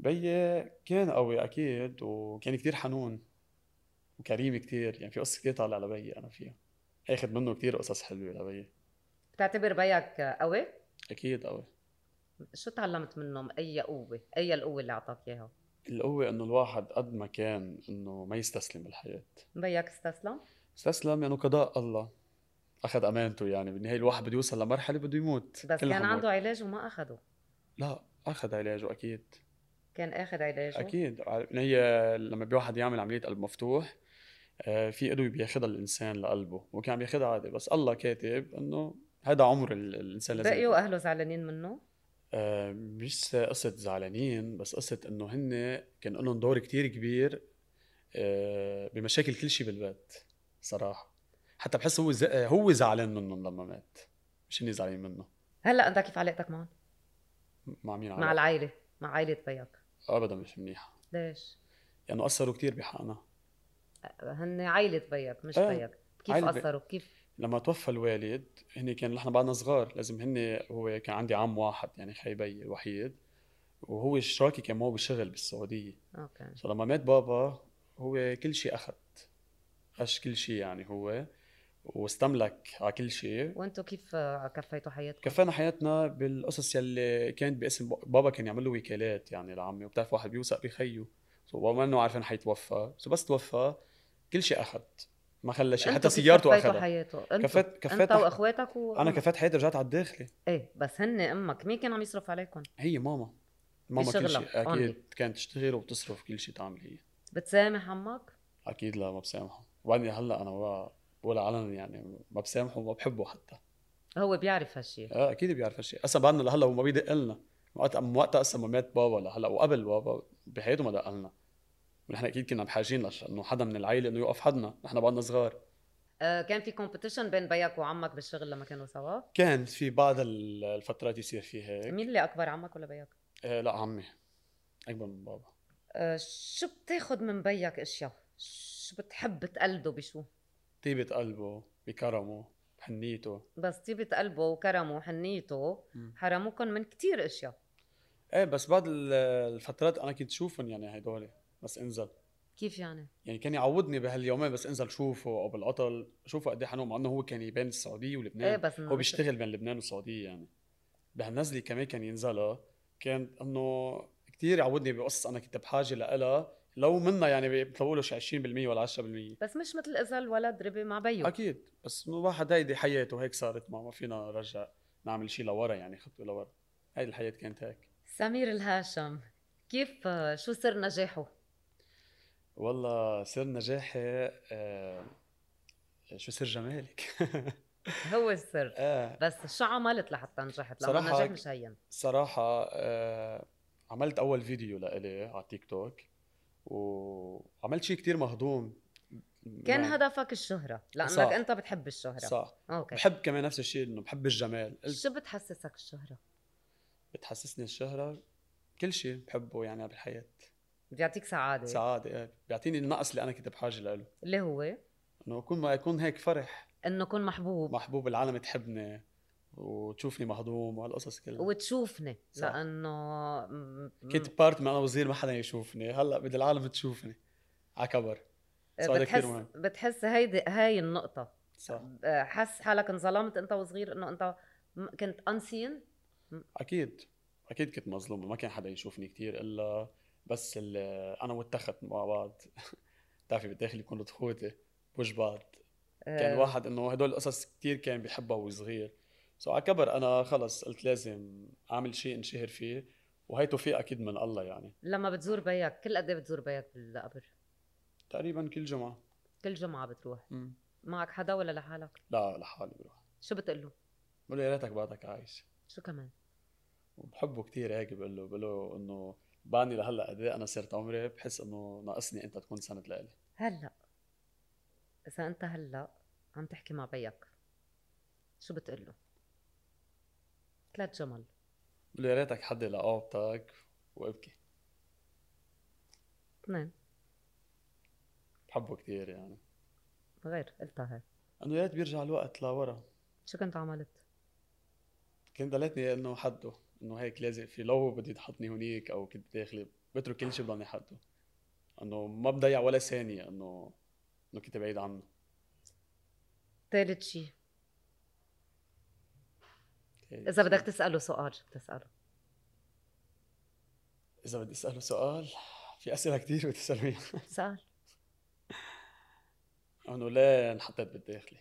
Speaker 2: بيي كان قوي اكيد وكان كتير حنون وكريم كتير يعني في قصص كتير طالع لبيي انا فيها اخد منه كتير قصص حلوه لبيي
Speaker 1: بتعتبر بيك قوي
Speaker 2: اكيد قوي
Speaker 1: شو تعلمت منهم اي قوه اي القوه اللي اعطاك اياها
Speaker 2: القوة انه الواحد قد ما كان انه ما يستسلم بالحياة
Speaker 1: بيك استسلم
Speaker 2: استسلم يعني قضاء الله اخذ امانته يعني بالنهايه الواحد بده يوصل لمرحله بده يموت
Speaker 1: بس
Speaker 2: كلنا
Speaker 1: كان
Speaker 2: بنموت.
Speaker 1: عنده علاج وما اخده
Speaker 2: لا اخذ علاجه اكيد
Speaker 1: كان اخذ علاجه
Speaker 2: اكيد عارف- هي لما بيواحد يعمل عمليه قلب مفتوح آه، في ادويه بياخذها الانسان لقلبه وكان عم ياخذها عادي بس الله كاتب انه هذا عمر ال- الانسان لازم
Speaker 1: بقي
Speaker 2: ياخد.
Speaker 1: واهله زعلانين منه
Speaker 2: آه، مش قصة زعلانين بس قصة انه هن كان لهم دور كتير كبير آه، بمشاكل كل شيء بالبيت صراحة حتى بحس هو ز... آه، هو زعلان منهم لما مات مش هني زعلانين منه
Speaker 1: هلا انت كيف علاقتك معهم
Speaker 2: مع مين
Speaker 1: مع
Speaker 2: علاقة؟
Speaker 1: العائله مع عائله بيك
Speaker 2: ابدا مش منيحة
Speaker 1: ليش
Speaker 2: لانه اثروا كتير بحقنا
Speaker 1: هن عائله بيك مش
Speaker 2: آه،
Speaker 1: بيك كيف
Speaker 2: عائلة بي-
Speaker 1: اثروا كيف
Speaker 2: لما توفى الوالد هن كان نحن بعدنا صغار لازم هن هو كان عندي عم واحد يعني خي بي الوحيد وهو اشتراكي كان معه بشغل بالسعودية
Speaker 1: اوكي
Speaker 2: سو لما مات بابا هو كل شيء اخذ خش كل شيء يعني هو واستملك على كل شيء
Speaker 1: وانتم كيف آه، كفيتوا حياتكم
Speaker 2: كفانا حياتنا بالقصص يلي كانت باسم ب- بابا كان يعمل له وكالات يعني لعمي وبتعرف واحد بيوثق بخيه سو بابا ما انه عارفين حيتوفى سو بس توفى كل شيء اخذ ما خلى شيء
Speaker 1: أنتوا
Speaker 2: حتى
Speaker 1: كيف
Speaker 2: سيارته
Speaker 1: كفيتوا
Speaker 2: اخذها
Speaker 1: حياته انتوا
Speaker 2: كفيت- كفيت
Speaker 1: انت
Speaker 2: أخ-
Speaker 1: واخواتك و...
Speaker 2: انا كفيت حياتي رجعت على الداخلي
Speaker 1: ايه بس هن امك مين كان عم يصرف عليكم
Speaker 2: هي ماما ماما كل شيء
Speaker 1: بشغلها،
Speaker 2: اكيد كانت تشتغل وبتصرف كل شيء تعمل هي
Speaker 1: بتسامح عمك
Speaker 2: اكيد لا ما بسامحه وبعدين هلا انا ما- بقول علنا يعني ما بسامحه وما بحبه حتى
Speaker 1: هو بيعرف هالشيء
Speaker 2: اه اكيد بيعرف هالشيء اصلا بعدنا لهلا هو ما بيدق لنا وقت من وقتها اصلا ما مات بابا لهلا وقبل بابا بحياته ما دق لنا ونحن اكيد كنا بحاجين لش انه حدا من العائله انه يوقف حدنا نحن بعدنا صغار
Speaker 1: آه كان في كومبيتيشن بين بيك وعمك بالشغل لما كانوا سوا
Speaker 2: كان في بعض ال- الفترات يصير في هيك
Speaker 1: مين اللي اكبر عمك ولا بيك
Speaker 2: آه لا عمي اكبر من بابا
Speaker 1: آه شو بتاخد من بيك اشياء شو بتحب تقلده بشو
Speaker 2: طيبه قلبه بكرمه بحنيته
Speaker 1: بس طيبة قلبه وكرمه وحنيته
Speaker 2: مم.
Speaker 1: حرموكم من كتير اشياء
Speaker 2: ايه بس بعض ال- الفترات انا كنت شوفهم يعني هدول بس انزل
Speaker 1: كيف يعني
Speaker 2: يعني كان يعودني بهاليومين بس انزل شوفه او بالقطل شوفه قد ايه حنون مع انه هو كان يبان السعوديه ولبنان
Speaker 1: ايه بس إنه
Speaker 2: هو بيشتغل بين لبنان والسعوديه يعني بهالنزله كمان كان ينزلها كان انه كتير عودني بقصص انا كنت بحاجه لها لو منا يعني بطولوا شي 20% ولا 10%
Speaker 1: بس مش مثل اذا الولد ربي مع بيو
Speaker 2: اكيد بس انه الواحد هيدي حياته هيك صارت ما ما فينا نرجع نعمل شيء لورا يعني خطوه لورا هيدي الحياه كانت هيك
Speaker 1: سمير الهاشم كيف آه، شو سر نجاحه
Speaker 2: والله سر نجاحي آه شو سر جمالك
Speaker 1: هو السر
Speaker 2: آه
Speaker 1: بس شو عملت لحتى نجحت؟ لأنه
Speaker 2: صراحة نعم.
Speaker 1: النجاح مش هين
Speaker 2: صراحة آه، عملت أول فيديو لإلي على تيك توك وعملت شيء كتير مهضوم
Speaker 1: كان
Speaker 2: يعني
Speaker 1: هدفك الشهرة لأنك
Speaker 2: صح.
Speaker 1: أنت بتحب الشهرة
Speaker 2: صح
Speaker 1: أوكي
Speaker 2: بحب كمان نفس الشيء إنه بحب الجمال قلت
Speaker 1: شو بتحسسك الشهرة؟
Speaker 2: بتحسسني الشهرة كل شيء بحبه يعني بالحياة
Speaker 1: بيعطيك سعادة
Speaker 2: سعادة إيه. بيعطيني النقص اللي أنا كنت بحاجة له
Speaker 1: اللي هو
Speaker 2: إنه أكون ما أكون هيك فرح
Speaker 1: إنه كون محبوب
Speaker 2: محبوب العالم تحبني وتشوفني مهضوم وهالقصص كلها
Speaker 1: وتشوفني
Speaker 2: صح.
Speaker 1: لأنه م- م-
Speaker 2: كنت بارت ما أنا وصغير ما حدا يشوفني هلا بدي العالم تشوفني على كبر صح، هذا كتير
Speaker 1: إيه، بتحس
Speaker 2: مهم.
Speaker 1: بتحس هيدي هاي النقطة
Speaker 2: صح
Speaker 1: آه، حس حالك انظلمت أنت وصغير إنه أنت م- كنت أنسين
Speaker 2: اكيد اكيد كنت مظلوم ما كان حدا يشوفني كثير الا بس ال- انا والتخت مع بعض بتعرفي بالداخل يكونوا تخوتي بوج بعض
Speaker 1: آه،
Speaker 2: كان واحد انه هدول القصص كثير كان بيحبها وهو صغير سو على كبر انا خلص قلت لازم اعمل شيء انشهر فيه وهي توفيق اكيد من الله يعني
Speaker 1: لما بتزور بيك كل قد إيه بتزور بيك بالقبر؟
Speaker 2: تقريبا كل جمعه
Speaker 1: كل جمعة بتروح
Speaker 2: مم.
Speaker 1: معك حدا ولا لحالك؟
Speaker 2: لا لحالي بروح
Speaker 1: شو بتقول له؟
Speaker 2: بقول له يا ريتك بعدك عايش
Speaker 1: شو كمان؟
Speaker 2: وبحبه كثير هيك بقول له بقول له انه بعدني لهلا قد إيه انا صرت عمري بحس انه ناقصني انت تكون سند لإلي
Speaker 1: هلا اذا انت هلا عم تحكي مع بيك شو بتقول له ثلاث جمل
Speaker 2: بقول له يا ريتك حد لقابتك وابكي
Speaker 1: اثنين
Speaker 2: بحبه كثير يعني
Speaker 1: غير قلتها هاي
Speaker 2: انه يا ريت بيرجع الوقت لورا
Speaker 1: شو كنت عملت
Speaker 2: كنت ضليتني انه حده انه هيك لازق فيه لو هو بده يحطني هونيك او كنت داخلي بترك كل شيء بضلني حده انه ما بضيع ولا ثانيه انه انه كنت بعيد عنه
Speaker 1: ثالث شيء اذا بدك تساله سؤال شو بتساله
Speaker 2: اذا بدي اساله سؤال في اسئله كثير بتساله إياها.
Speaker 1: سأل
Speaker 2: انه ليه انحطيت بالداخلي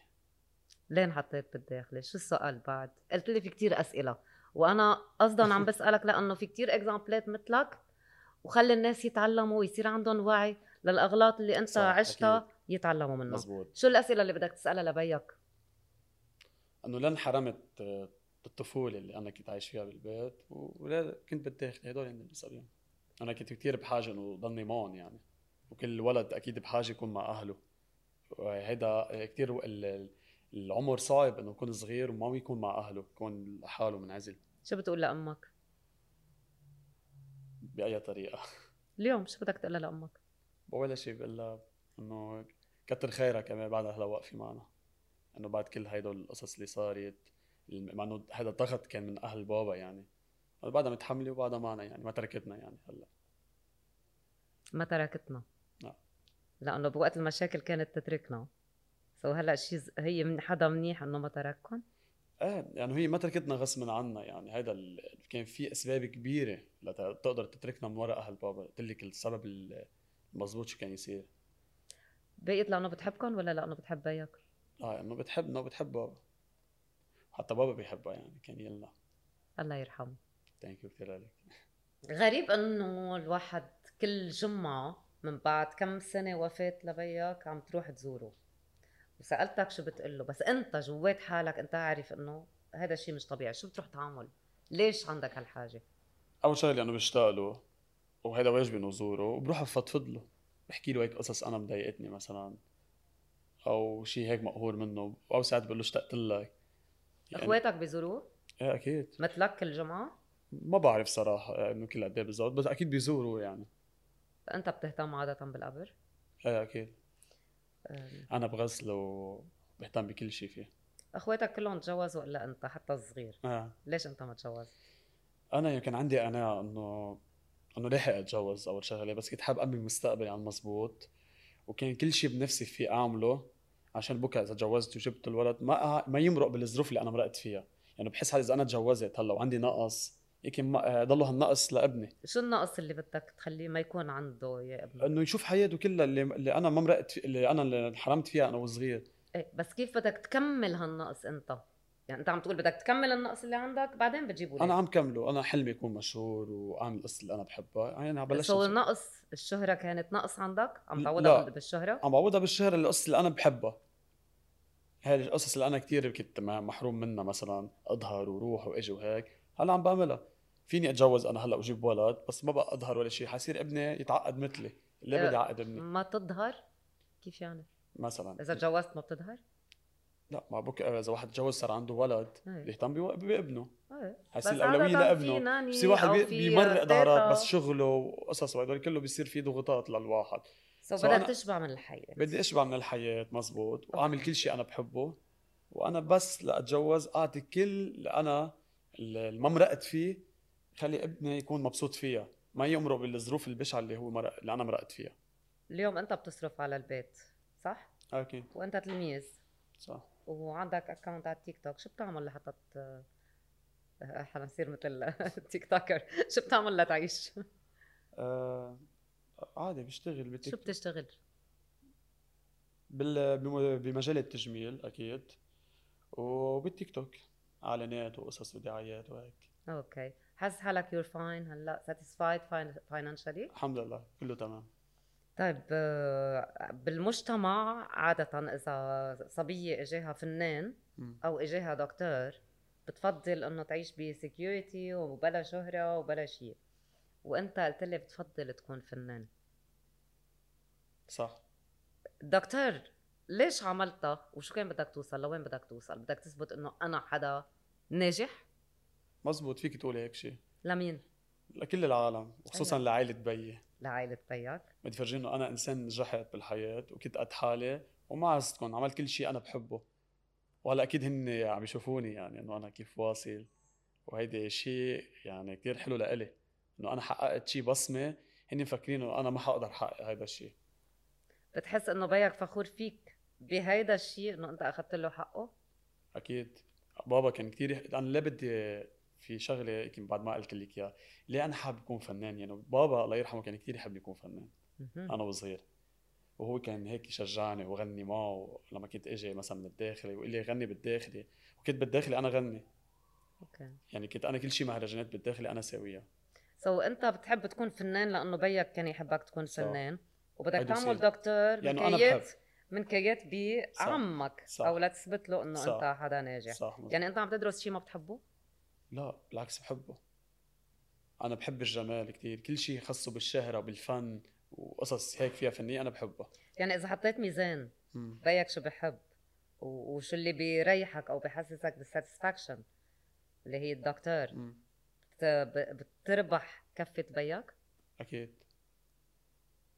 Speaker 1: لين حطيت بالداخلي شو السؤال بعد قلت لي في كتير أسئلة وأنا قصدا عم بسألك لأنه في كتير اكزامبلات مثلك وخلي الناس يتعلموا ويصير عندهم وعي للأغلاط اللي أنت
Speaker 2: صح،
Speaker 1: عشتها
Speaker 2: أكيد.
Speaker 1: يتعلموا منها
Speaker 2: مزبوط
Speaker 1: شو الأسئلة اللي بدك تسألها لبيك
Speaker 2: انه لن حرمت آه، الطفوله اللي انا كنت عايش فيها بالبيت و- ولا كنت بالداخل هدول هن المسؤولين انا كنت كتير بحاجه انه ضلني معهم يعني وكل ولد اكيد بحاجه يكون مع آه، اهله هيدا كثير العمر صعب انه يكون صغير وما يكون مع اهله يكون لحاله منعزل
Speaker 1: شو بتقول لأمك
Speaker 2: باي طريقه
Speaker 1: اليوم شو بدك تقولها لأمك
Speaker 2: ولا شيء بقول لها انه كتر خيرك كمان بعد هلا واقفه معنا انه بعد كل هدول القصص اللي صارت الم- مع انه هذا الضغط كان من اهل بابا يعني أنا بعدها متحمله وبعدها معنا يعني ما تركتنا يعني هلا
Speaker 1: ما تركتنا
Speaker 2: لا.
Speaker 1: لأنه بوقت المشاكل كانت تتركنا سو هلا شي ز- هي من حدا منيح انه ما ترككم
Speaker 2: ايه يعني هي ما تركتنا غصبا عنا يعني هذا ال... كان في اسباب كبيره لتقدر تتركنا من وراء اهل بابا قلت لك السبب المضبوط شو كان يصير
Speaker 1: بقيت لأنه بتحبكم ولا لأنه بتحب بيك
Speaker 2: اه انه بتحبنا وبتحب بابا حتى بابا بيحبها يعني كان يلنا
Speaker 1: الله يرحمه
Speaker 2: ثانك يو كثير لك
Speaker 1: غريب انه الواحد كل جمعة من بعد كم سنة وفاة لبيك عم تروح تزوره وسألتك شو بتقله بس انت جوات حالك انت عارف انه هذا الشيء مش طبيعي شو بتروح تعمل ليش عندك هالحاجة
Speaker 2: اول شغله انا بشتاق له وهذا واجبي انه زوره وبروح افضفض له بحكي له هيك قصص انا مضايقتني مثلا او شيء هيك مقهور منه او ساعات بقول له اشتقت لك يعني-
Speaker 1: اخواتك بيزوروه
Speaker 2: ايه اكيد
Speaker 1: مثلك كل جمعة
Speaker 2: ما بعرف صراحه انه كل قد ايه بالضبط بس اكيد بيزوروا يعني
Speaker 1: انت بتهتم عادة بالقبر
Speaker 2: ايه اكيد
Speaker 1: أم،
Speaker 2: انا بغسله وبهتم بكل شيء فيه
Speaker 1: اخواتك كلهم تجوزوا الا انت حتى الصغير
Speaker 2: آه.
Speaker 1: ليش انت ما تجوز
Speaker 2: انا يعني كان عندي قناعه انه انه لحق اتجوز اول شغله بس كنت حابب امن مستقبلي على المزبوط وكان كل شيء بنفسي فيه اعمله عشان بكره اذا تجوزت وجبت الولد ما ما يمرق بالظروف اللي انا مرقت فيها يعني بحس حالي اذا انا تجوزت هلا وعندي نقص يمكن ما آه، ضله هالنقص لابني
Speaker 1: شو النقص اللي بدك تخليه ما يكون عنده يا ابني
Speaker 2: انه يشوف حياته كلها اللي, اللي انا ما مرقت في- اللي انا اللي انحرمت فيها انا وصغير
Speaker 1: ايه بس كيف بدك تكمل هالنقص انت؟ يعني انت عم تقول بدك تكمل النقص اللي عندك بعدين بتجيبه
Speaker 2: انا عم كمله انا حلمي اكون مشهور واعمل القصه اللي انا بحبها يعني انا
Speaker 1: بس
Speaker 2: بلشت
Speaker 1: هو نقص الشهرة كانت نقص عندك؟ عم
Speaker 2: لا.
Speaker 1: تعوضها بالشهرة؟
Speaker 2: عم بعوضها بالشهر القصص اللي انا بحبها هاي القصص اللي انا كتير كنت م- محروم منها مثلا اظهر وروح واجي وهيك هلا عم بعملها فيني اتجوز انا هلا واجيب ولد بس ما بقى اظهر ولا شيء حصير ابني يتعقد مثلي ليه
Speaker 1: أه.
Speaker 2: بدي اعقد ابني
Speaker 1: ما تظهر؟ كيف يعني؟
Speaker 2: مثلا
Speaker 1: إذا تجوزت ما بتظهر؟
Speaker 2: لا ما بك اذا واحد تجوز صار عنده ولد
Speaker 1: ايه.
Speaker 2: بيهتم بو- بابنه
Speaker 1: ايه.
Speaker 2: حيصير
Speaker 1: بس عادة في
Speaker 2: الاولويه إيه. لابنه
Speaker 1: ناني
Speaker 2: بس في واحد
Speaker 1: أو
Speaker 2: بي-
Speaker 1: في
Speaker 2: بيمرق
Speaker 1: تيتا.
Speaker 2: دارات بس شغله وقصص وهدول كله بيصير في ضغوطات للواحد
Speaker 1: سو
Speaker 2: سو
Speaker 1: بدك
Speaker 2: أنا-
Speaker 1: تشبع من الحياة
Speaker 2: بدي اشبع من الحياة مزبوط واعمل كل شيء انا بحبه وانا بس لاتجوز اعطي كل اللي انا اللي ما مرقت فيه خلي ابني يكون مبسوط فيها ما يمرق بالظروف البشعه اللي هو مرق اللي انا مرقت فيها
Speaker 1: اليوم أنت بتصرف على البيت صح؟
Speaker 2: اوكي
Speaker 1: وأنت تلميذ
Speaker 2: صح
Speaker 1: وعندك أكونت على التيك توك شو بتعمل لحتى ت- آه، حنصير مثل التيك توكر شو بتعمل لتعيش؟
Speaker 2: آه عادي بشتغل بتك...
Speaker 1: شو بتشتغل؟
Speaker 2: بال... بم- بمجال التجميل اكيد وبالتيك توك اعلانات وقصص ودعايات وهيك
Speaker 1: اوكي حاسس حالك يور فاين هلا ساتيسفايد فاينانشالي
Speaker 2: الحمد لله كله تمام
Speaker 1: طيب آه، بالمجتمع عادة إذا صبية إجاها فنان
Speaker 2: مم.
Speaker 1: أو إجاها دكتور بتفضل إنه تعيش بسكيورتي وبلا شهرة وبلا شيء وأنت قلت لي بتفضل تكون فنان
Speaker 2: صح
Speaker 1: دكتور ليش عملتها وشو كان بدك توصل لوين بدك توصل بدك تثبت إنه أنا حدا ناجح
Speaker 2: مزبوط فيك تقولي هيك شيء
Speaker 1: لمين
Speaker 2: لكل العالم وخصوصا لعائله بيي
Speaker 1: لعائلة بيك
Speaker 2: بدي فرجيه انه انا انسان نجحت بالحياه وكنت قد حالي وما عزتكم عملت كل شيء انا بحبه وهلا اكيد هن عم يشوفوني يعني انه انا كيف واصل وهيدي شيء يعني كثير حلو لإلي انه انا حققت شيء بصمه هن مفكرين انه انا ما حقدر احقق هذا الشيء
Speaker 1: بتحس انه بيك فخور فيك بهيدا الشيء انه انت اخذت له حقه
Speaker 2: اكيد بابا كان كثير يح... انا ليه بدي في شغله يمكن بعد ما قلت لك اياها ليه انا حابب اكون فنان يعني بابا الله يرحمه كان كثير يحب يكون فنان انا وصغير وهو كان هيك يشجعني وغني معه لما كنت اجي مثلا من الداخلي ويقول لي غني بالداخلي وكنت بالداخلي انا غني
Speaker 1: اوكي
Speaker 2: يعني كنت انا كل شيء مهرجانات بالداخلي انا ساويها
Speaker 1: سو انت بتحب تكون فنان لانه بيك كان يحبك تكون
Speaker 2: صح.
Speaker 1: فنان وبدك
Speaker 2: هيدي
Speaker 1: تعمل
Speaker 2: بصير.
Speaker 1: دكتور من
Speaker 2: لأنه أنا
Speaker 1: كيات من كيات بعمك
Speaker 2: صح.
Speaker 1: او لتثبت له انه
Speaker 2: صح.
Speaker 1: انت حدا ناجح
Speaker 2: صح مزبوط.
Speaker 1: يعني انت عم تدرس شيء ما بتحبه
Speaker 2: لا بالعكس بحبه انا بحب الجمال كتير كل شيء خاصه بالشهره بالفن وقصص هيك فيها فنيه انا بحبها
Speaker 1: يعني اذا حطيت ميزان
Speaker 2: مم.
Speaker 1: بيك شو بحب و- وشو اللي بيريحك او بحسسك بالساتسفاكشن اللي هي الدكتور
Speaker 2: مم.
Speaker 1: بت- ب- بتربح كفة بيك
Speaker 2: اكيد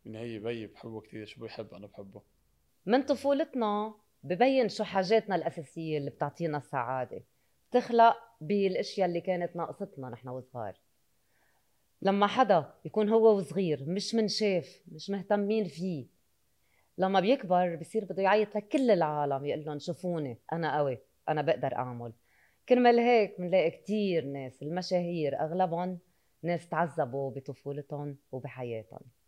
Speaker 2: من هي بي بحبه كتير شو بيحب انا بحبه
Speaker 1: من طفولتنا ببين شو حاجاتنا الأساسية اللي بتعطينا السعادة بتخلق بالأشياء اللي كانت ناقصتنا نحن وصغار لما حدا يكون هو وصغير مش منشاف مش مهتمين فيه لما بيكبر بصير بده يعيط لكل العالم يقول لهم شوفوني أنا قوي أنا بقدر أعمل كرمال هيك بنلاقي كتير ناس المشاهير أغلبهم ناس تعذبوا بطفولتهم وبحياتهم